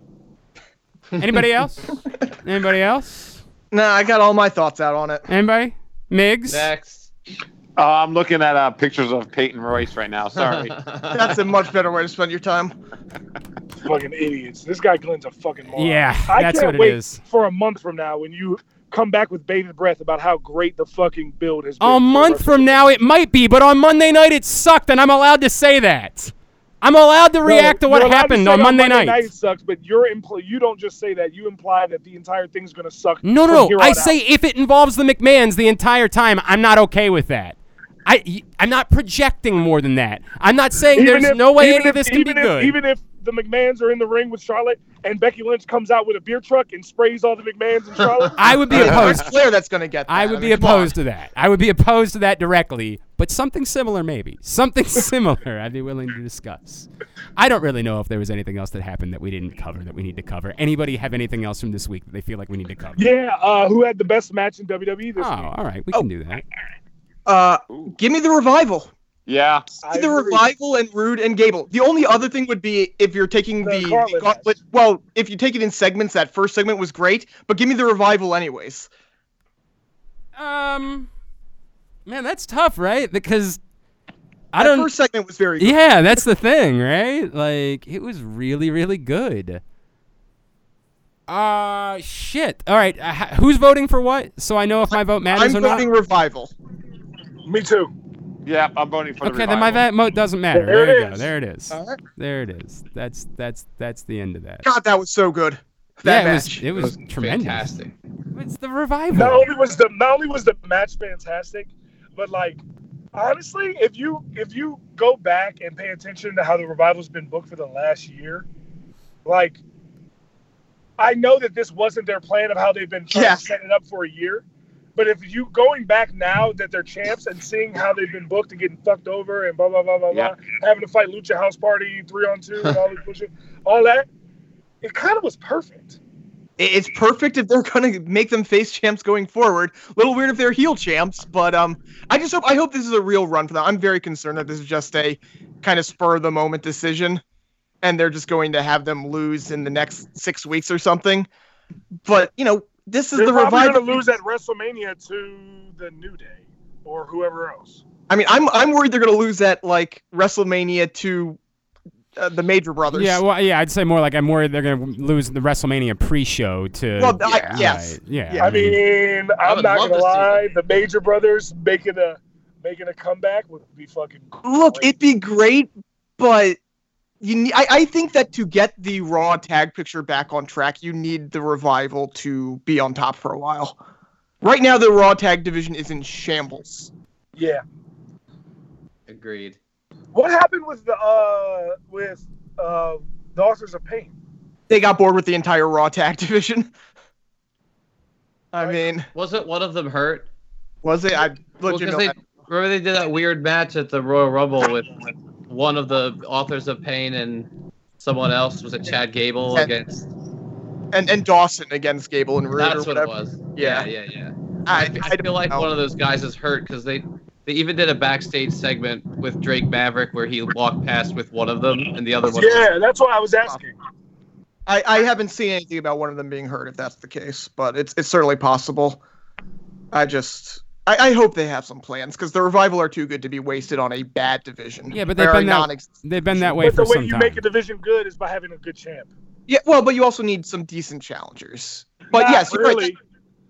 Anybody else? Anybody else?
Nah, I got all my thoughts out on it.
Anybody? Migs?
Next.
Uh, I'm looking at uh, pictures of Peyton Royce right now. Sorry.
That's a much better way to spend your time.
Fucking idiots. This guy Glenn's a fucking moron.
Yeah,
I
that's
can't
what it
wait
is.
For a month from now, when you come back with bated breath about how great the fucking build has been.
A month from now, it might be, but on Monday night, it sucked, and I'm allowed to say that. I'm allowed to react to
You're
what
allowed
happened
say
on Monday, night.
It sucks, but you're impl- you don't just say that. You imply that the entire thing's gonna suck.
No,
from
no,
here
no. I
on
say
out.
if it involves the McMahons the entire time, I'm not okay with that. I, I'm not projecting more than that. I'm not saying
Even
there's
if-
no way
even
any
if-
of this can be
even if-
good.
Even if the McMahons are in the ring with Charlotte and Becky Lynch comes out with a beer truck and sprays all the McMahons and Charlotte,
I would be
It's
opposed.
Flair that's going to get that.
I would
mean,
be
come on.
opposed to that. I would be opposed to that directly, but something similar maybe. Something similar I'd be willing to discuss. I don't really know if there was anything else that happened that we didn't cover that we need to cover. Anybody have anything else from this week that they feel like we need to cover?
yeah, uh, who had the best match in WWE
Oh,
this week?
all right. We can do that.
Uh, give me the revival.
Yeah.
I
the
agree.
revival and Rude and Gable. The only other thing would be if you're taking
The
the,
gauntlet
gauntlet. Well, if you take it in segments, that first segment was great, but give me the revival anyways.
Um, man, that's tough, right? Because I
That
don't.
first segment was very good.
yeah, that's the thing, right? Like it was really, really good. Uh, shit. All right, uh, h- who's voting for what? So I know if my vote matters
I'm
or not.
voting revival.
Me too.
Yeah, I'm voting for the
okay, then my
revival.
vote mo- doesn't matter. There,
There it
you go.
is.
There it is.
All right.
There it is. That's that's that's the end of that.
God, that was so good. That
yeah,
match.
it was it was tremendous.
Fantastic.
It's the revival.
Not only was the not only was the match fantastic, but like honestly, if you if you go back and pay attention to how the revival's been booked for the last year, like I know that this wasn't their plan of how they've been trying
Yeah.
to set it up for a year. But if you going back now that they're champs and seeing how they've been booked and getting fucked over and blah blah blah blah
Yeah.
blah, having to fight Lucha House Party three on two and all this bullshit, all that, it kind of was perfect.
It- It's perfect if they're gonna make them face champs going forward. Little weird if they're heel champs, but um, I just hope I hope this is a real run for them. I'm very concerned that this is just a kind of spur of the moment decision, and they're just going to have them lose in the next six weeks or something. But you know, this is
They're
the
probably
revival.
going to lose at WrestleMania to the New Day or whoever else.
I mean, I'm I'm worried they're gonna lose at like WrestleMania to uh, the Major Brothers.
Yeah, well, yeah, I'd say more like I'm worried they're gonna lose the WrestleMania pre-show to.
Well, I- yes.
Right, yeah,
Yeah.
I mean,
I
I'm
would
not going
love
to
to see
lie. The Major Brothers making a making a comeback would be fucking.
Look,
great.
it'd be great, but you need, I, I think that to get the raw tag picture back on track, you need the revival to be on top for a while. Right now, the raw tag division is in shambles.
yeah.
Agreed.
What happened with the uh with uh the Authors of Pain?
They got bored with the entire raw tag division. I
Right.
mean,
Wasn't one of them hurt?
was it? I
Well,
legit
'cause
know
they,
that-
remember they did that weird match at the Royal Rumble with one of the authors of Pain and someone else. Was it Chad Gable
Yeah.
against?
and and Dawson against Gable and Rude or
That's what it
whatever.
was.
Yeah.
yeah, yeah. yeah.
I,
I, f- I
I
feel
don't
like
know.
one of those guys is hurt because they they even did a backstage segment with Drake Maverick where he walked past with one of them and the other one.
Yeah, that's what I was asking.
I, I haven't seen anything about one of them being hurt if that's the case, but it's it's certainly possible. I just I, I hope they have some plans because the revival are too good to be wasted on a bad division.
Yeah, but
Or
they've
a
been that
non-ex-
they've been that way
But
for
the way
some
you
time.
make a division good is by having a good champ.
Yeah, well, but you also need some decent challengers. But
Not
yes, you're right,
really.
that-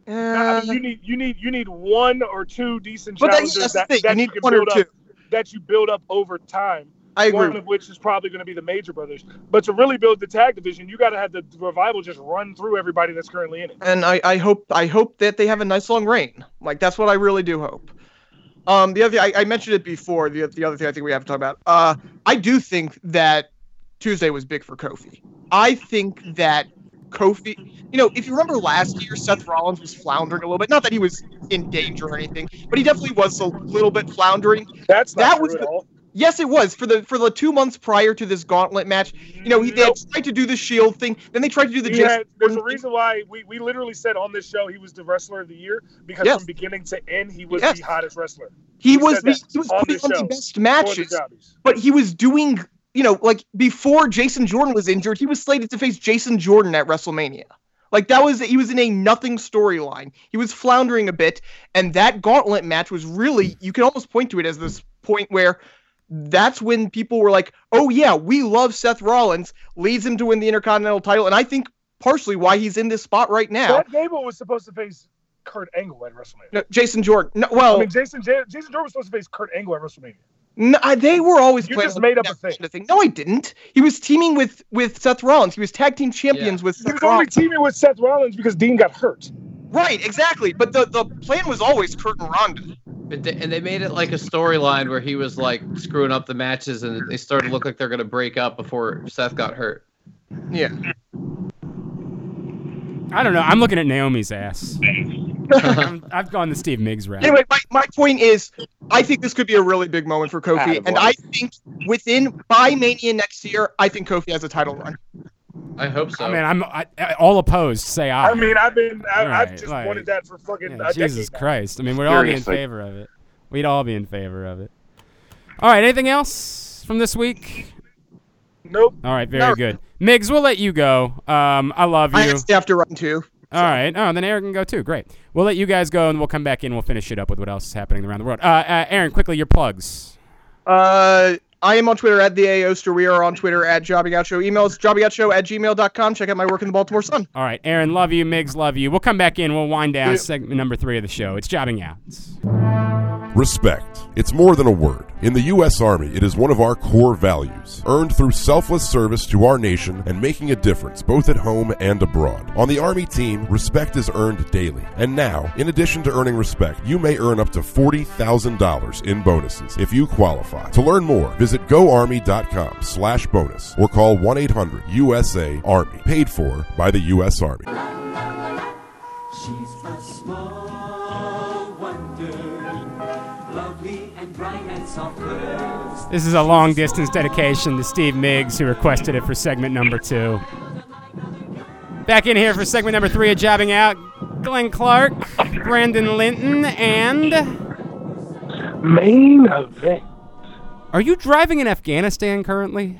I
uh,
mean, you need you need you need one or two decent
but that,
challengers
that's
that,
the thing.
that
you need
can
one or
build
two.
up that you build up over time.
I agree.
one of which is probably going to be the Major Brothers. But to really build the tag division, you got to have the revival just run through everybody that's currently in it.
and I, I hope I hope that they have a nice long reign. Like that's what I really do hope. Um, the other thing, I, I mentioned it before. The the other thing I think we have to talk about. Uh, I do think that Tuesday was big for Kofi. I think that Kofi. You know, if you remember last year, Seth Rollins was floundering a little bit. Not that he was in danger or anything, but he definitely was a little bit floundering.
That's not
That
true
was
at
the-
all.
Yes, it was for the for the two months prior to this gauntlet match. You know, he, they had tried to do the Shield thing, then they tried to do the
He
Jason
had- there's a
Jordan thing.
reason why we, we literally said on this show he was the wrestler of the year because
Yes.
from beginning to end he was
Yes.
the hottest wrestler.
He
He
was
said
the,
that
he was
on
putting
the
on the
show.
best
for the
matches,
jobbies.
but he was doing you know like before Jason Jordan was injured, he was slated to face Jason Jordan at WrestleMania. Like that was he was in a nothing storyline. He was floundering a bit, and that gauntlet match was really you can almost point to it as this point where that's when people were like, "Oh yeah, we love Seth Rollins," leads him to win the Intercontinental title, and I think partially why he's in this spot right now.
Chad Gable was supposed to face Kurt Angle at WrestleMania.
No, Jason Jordan. No,
I
well,
mean, Jason J- Jason Jordan was supposed to face Kurt Angle at WrestleMania.
No, I- they were always.
You
playing
just
on
made up
that
a thing.
kind of No, I didn't. He was teaming with with Seth Rollins. He was tag team champions with
He
Seth
was only
Rollins.
teaming with Seth Rollins because Dean got hurt.
Right, exactly. But the, the plan was always Kurt and Ronda.
But they, and they made it like a storyline where he was like screwing up the matches, and they started to look like they're gonna break up before Seth got hurt.
Yeah.
I don't know. I'm looking at Naomi's ass. I'm, I've gone the Steve Miggs route.
Anyway, my, my point is, I think this could be a really big moment for Kofi, and I think within by Mania next year, I think Kofi has a title run.
I hope so.
I mean, I'm I, I- all opposed. Say aye.
I mean, I've been, I,
Right,
I've just
like-
wanted that for fucking
Yeah,
a
Jesus
decade now.
Christ. I mean, we'd all be in
Seriously.
favor of it. We'd all be in favor of it. All right. Anything else from this week?
Nope.
All right. Very
No.
good. Miggs, we'll let you go. Um, I love you.
I actually have to run too.
All right. Oh, then Aaron can go too. Great. We'll let you guys go, and we'll come back in. We'll finish it up with what else is happening around the world. Uh, uh, Aaron, quickly, your plugs.
Uh, I am on Twitter at the AOster. We are on Twitter at Jobbing Out Show. Emails jobbingoutshow at gmail.com. Check out my work in the Baltimore Sun.
All right, Aaron, love you. Migs, love you. We'll come back in. We'll wind down segment number three of the show. It's jobbing out.
Respect. It's more than a word. In the U.S. Army, it is one of our core values, earned through selfless service to our nation and making a difference both at home and abroad. On the Army team, respect is earned daily. And now, in addition to earning respect, you may earn up to $40,000 in bonuses if you qualify. To learn more, visit goarmy.com slash bonus or call 1-800-USA-ARMY, paid for by the U.S. Army.
She's a small wonder, lovely and bright and soft curves.
This is a long distance dedication to Steve Miggs, who requested it for segment number two. Back in here for segment number three of Jobbing Out. Glenn Clark, Brandon Linton, and.
Main event.
Are you driving in Afghanistan currently?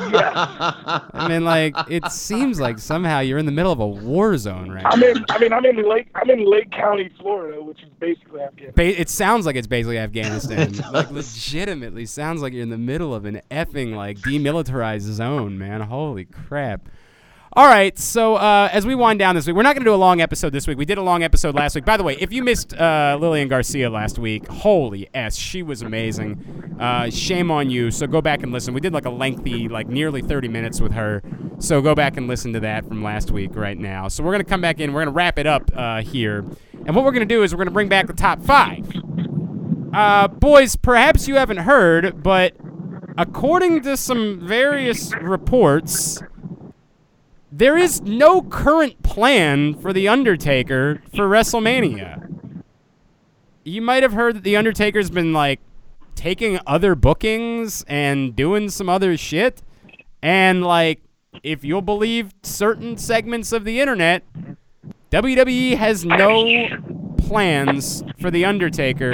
I mean, like, it seems like somehow you're in the middle of a war zone right now.
I'm in. I mean, I'm in Lake. I'm in Lake County, Florida, which is basically Afghanistan.
Ba- it sounds like it's basically Afghanistan. like legitimately sounds like you're in the middle of an effing like demilitarized zone, man. Holy crap. All right, so uh, as we wind down this week, we're not going to do a long episode this week. We did a long episode last week. By the way, if you missed uh, Lillian Garcia last week, holy s, she was amazing. Uh, shame on you. So go back and listen. We did like a lengthy, like nearly 30 minutes with her. So go back and listen to that from last week right now. So we're going to come back in. We're going to wrap it up uh, here, and what we're going to do is we're going to bring back the top five. Uh, boys, perhaps you haven't heard, but according to some various reports, there is no current plan for The Undertaker for WrestleMania. You might have heard that The Undertaker's been like taking other bookings and doing some other shit. And like, if you'll believe certain segments of the internet, WWE has no plans for The Undertaker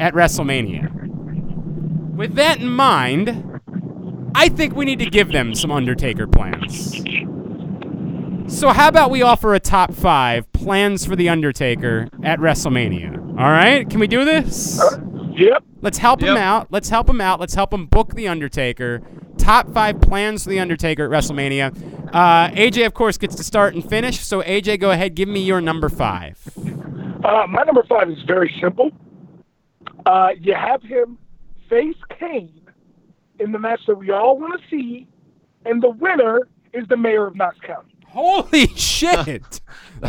at WrestleMania. With that in mind, I think we need to give them some Undertaker plans. So, how about we offer a top five plans for The Undertaker at WrestleMania? All right, can we do this?
Yep.
Let's help him
Yep.
out. Let's help him out. Let's help him book the Undertaker. Top five plans for the Undertaker at WrestleMania. Uh, AJ, of course, gets to start and finish. So AJ, go ahead. Give me your number five.
Uh, my number five is very simple. Uh, you have him face Kane in the match that we all want to see, and the winner is the mayor of Knox County.
Holy shit!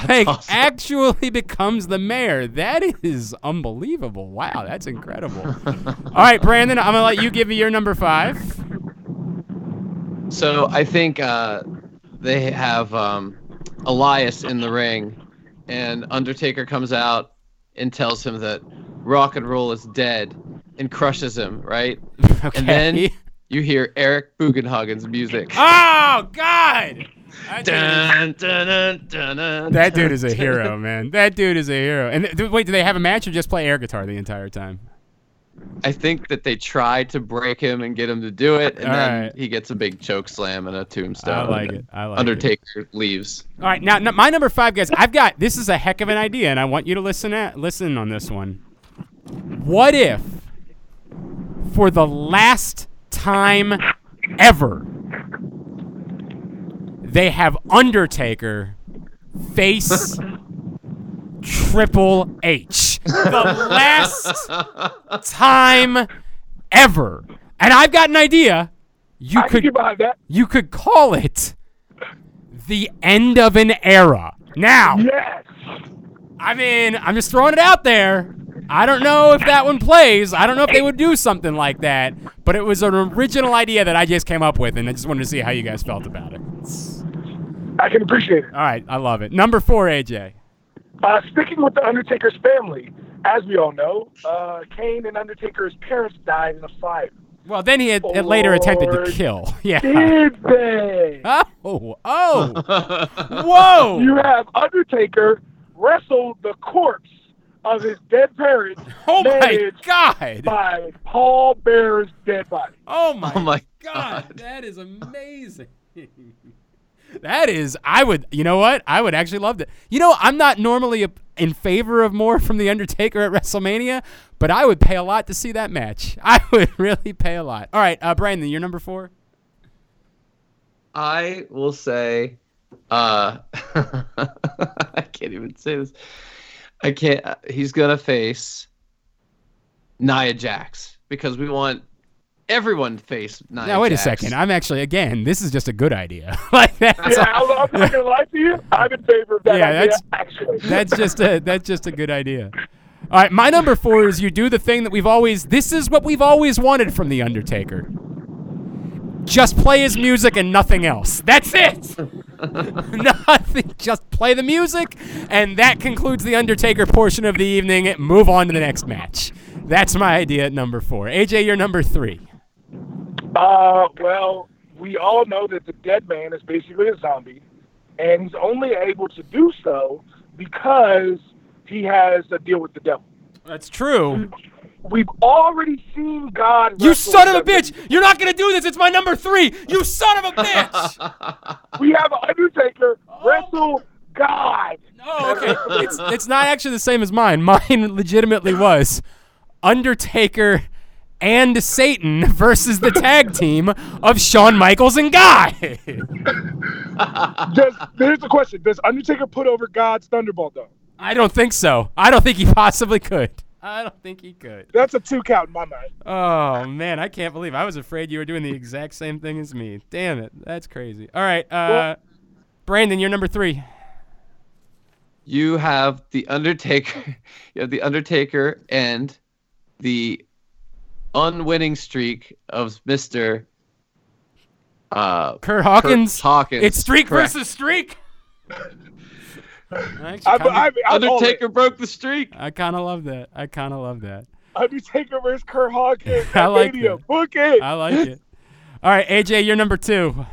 like
awesome.
actually becomes the mayor. That is unbelievable. Wow, that's incredible. All right, Brandon, I'm gonna let you give me your number five.
So I think uh, they have um, Elias in the ring, and Undertaker comes out and tells him that rock and roll is dead, and crushes him. Right,
Okay.
and then you hear Eric Bugenhagen's music.
oh God! That dude is-
Dun, dun, dun, dun, dun,
That
dun,
dude is a
dun.
hero, man. That dude is a hero. And th- wait, do they have a match or just play air guitar the entire time?
I think that they tried to break him and get him to do it, and
All
then
right.
he gets a big choke slam and a tombstone.
I like
and
it. I like it.
uh, Undertaker leaves.
All right, now, now my number five, guys. I've got this is a heck of an idea, and I want you to listen at listen on this one. What if, for the last time ever, they have Undertaker face Triple H? The last time ever, and I've got an idea. You
I can
could
get behind that.
you could call it the end of an era. Now,
Yes.
I mean, I'm just throwing it out there. I don't know if that one plays. I don't know if they would do something like that, but it was an original idea that I just came up with, and I just wanted to see how you guys felt about it. It's-
I can appreciate it.
all right, I love it. Number four, AJ.
Uh, sticking with the Undertaker's family, as we all know, uh, Kane and Undertaker's parents died in a fire.
Well, then he had, had later attempted to
Lord.
kill. Yeah.
Did they?
Oh, oh, whoa.
You have Undertaker wrestle the corpse of his dead parents,
Oh my
managed
god!
by Paul Bear's dead body.
Oh my,
Oh my
god. That is amazing. that is, I would, you know what? I would actually love that. You know, I'm not normally a, in favor of more from The Undertaker at WrestleMania, but I would pay a lot to see that match. I would really pay a lot. All right, uh, Brandon, you're number four.
I will say, uh, I can't even say this. I can't. He's gonna face Nia Jax because we want everyone to face Nia.
Now, Oh, wait a
Jax.
second. I'm actually, again, this is just a good idea. like, that's,
Yeah, I'm I'm not gonna lie to you. I'm in favor of that
Yeah,
idea.
that's-
actually.
That's just a that's just a good idea. All right, my number four is you do the thing that we've always this is what we've always wanted from the Undertaker. Just play his music and nothing else. That's it. nothing. Just play the music, and that concludes the Undertaker portion of the evening. Move on to the next match. That's my idea at number four. AJ, you're number three.
Uh, well, we all know that the dead man is basically a zombie, and he's only able to do so because he has a deal with the devil.
That's true.
We've already seen God.
You
wrestle
son of a
with
bitch! You're not gonna do this. It's my number three. You son of a bitch!
the- We have Undertaker wrestle God.
Oh, okay. it's it's not actually the same as mine. Mine legitimately was Undertaker and Satan versus the tag team of Shawn Michaels and Guy.
Does, here's the question: Does Undertaker put over God's Thunderbolt though?
I don't think so. I don't think he possibly could. I don't think he could.
That's a two count in my mind.
Oh man, I can't believe I was afraid you were doing the exact same thing as me. Damn it, that's crazy. All right, uh, Brandon, you're number three.
You have the Undertaker. You have the Undertaker and the unwinning streak of Mister. Uh,
Kurt Hawkins.
Kurt Hawkins.
It's streak
Correct.
versus streak. I
I,
kinda-
I, I,
Undertaker broke the streak.
I kind of love that. I kind of love that.
Undertaker versus Kurt Hawkins.
I like
Mania.
that.
Book it.
I like it. All right, AJ, you're number two.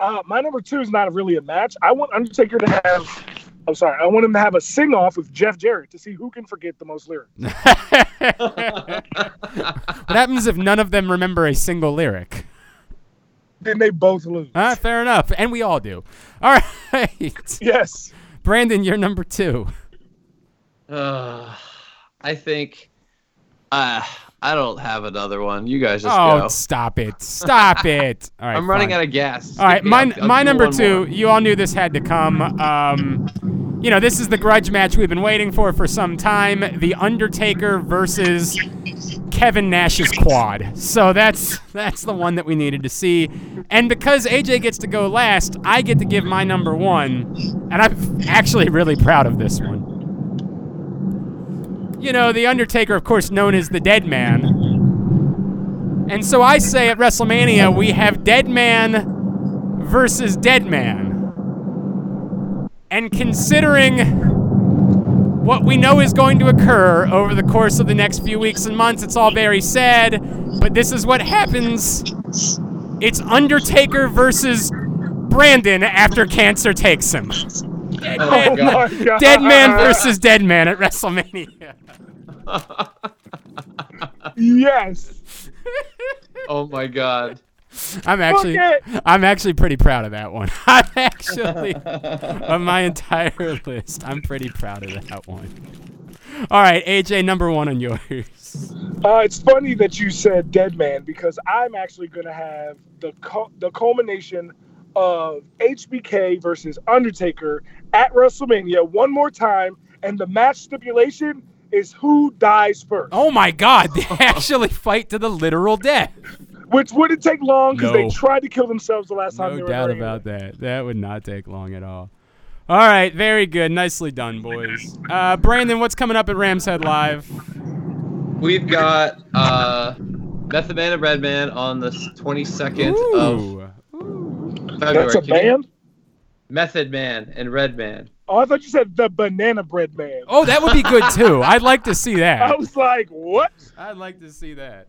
Uh, my number two is not really a match. I want Undertaker to have. I'm sorry. I want him to have a sing off with Jeff Jarrett to see who can forget the most lyrics.
What happens if none of them remember a single lyric?
then they both lose.
Huh, fair enough. And we all do. All right.
Yes.
Brandon, you're number two.
Uh, I think uh, I don't have another one. You guys just
oh,
go.
stop it. Stop it. All right.
I'm running
fine.
out of gas.
All right,
Give me-
my,
I'll- I'll
my
do
number
one
two.
more.
You all knew this had to come. Um, you know, this is the grudge match we've been waiting for for some time: The Undertaker versus Kevin Nash's quad. So that's that's the one that we needed to see. And because AJ gets to go last, I get to give my number one, and I'm actually really proud of this one. You know, The Undertaker, of course, known as the Dead Man. And so I say at WrestleMania, we have Dead Man versus Dead Man. And considering what we know is going to occur over the course of the next few weeks and months, it's all very sad, but this is what happens. It's Undertaker versus Brandon after cancer takes him. Dead man,
Oh my God.
dead man versus dead man at WrestleMania.
Yes.
Oh my god.
I'm actually
it.
I'm actually pretty proud of that one. I'm actually of my entire list. I'm pretty proud of that one. All right, AJ, number one on yours.
Uh, it's funny that you said Dead Man because I'm actually going to have the cu- the culmination of HBK versus Undertaker at WrestleMania one more time, and the match stipulation is who dies first,
Oh my God, they actually fight to the literal death.
which wouldn't take long because they
No.
tried to kill themselves the last time.
No
they were in the
doubt
ring.
about that. That would not take long at all. All right, very good. Nicely done, boys. Uh, Brandon, what's coming up at Ram's Head Live?
We've got uh, Method Man and Redman on the 22nd of
Ooh.
February.
That's a
Can you-
band?
Method Man and Redman.
Oh, I thought you said the Banana Bread Man.
Oh, that would be good too. I'd like to see
I
that.
was like, what?
I'd like to see that.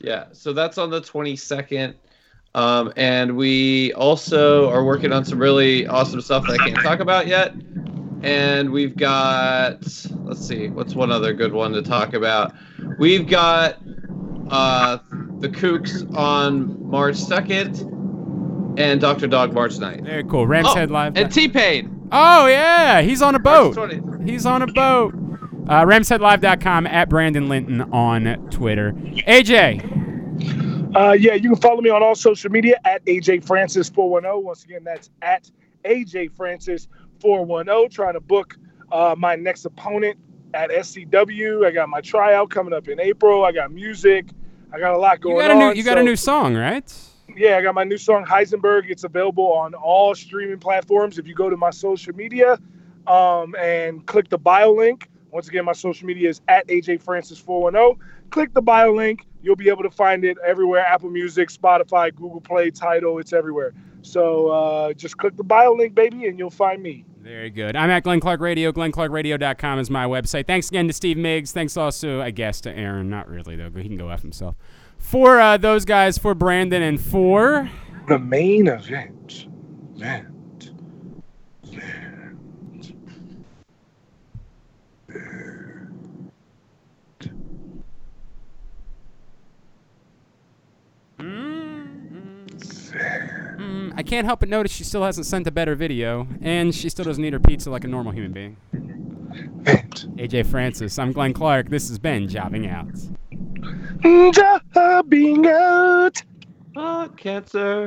Yeah, so that's on the 22nd. Um, and we also are working on some really awesome stuff that I can't talk about yet. And we've got, let's see, what's one other good one to talk about? We've got uh, The Kooks on March 2nd and Dr. Dog March 9th.
Very cool. Ram's
Oh,
Head Live.
and T Pain.
oh yeah, he's on a boat.
March 20th.
He's on a boat. Uh, RamsheadLive.com at Brandon Linton on Twitter. AJ,
Uh, yeah, you can follow me on all social media at AJ Francis 410. Once again, that's at AJ Francis 410. Trying to book uh, my next opponent at SCW. I got my tryout coming up in April. I got music. I got a lot going
you got a
on.
new you got a
so-
new song, right?
yeah, I got my new song Heisenberg. It's available on all streaming platforms. If you go to my social media um, and click the bio link, once again, my social media is at AJ Francis 410. Click the bio link. You'll be able to find it everywhere Apple Music, Spotify, Google Play, Title. It's everywhere. So uh, just click the bio link, baby, and you'll find me.
Very good. I'm at Glenn Clark Radio. GlennClarkRadio.com is my website. Thanks again to Steve Miggs. Thanks also, I guess, to Aaron. Not really, though. He can go F himself. For uh, those guys, for Brandon and for.
The main event. Man.
Mm, I can't help but notice she still hasn't sent a better video, and she still doesn't eat her pizza like a normal human being. AJ Francis, I'm Glenn Clark. This has been Jobbing Out.
Jobbing out.
Oh, cancer.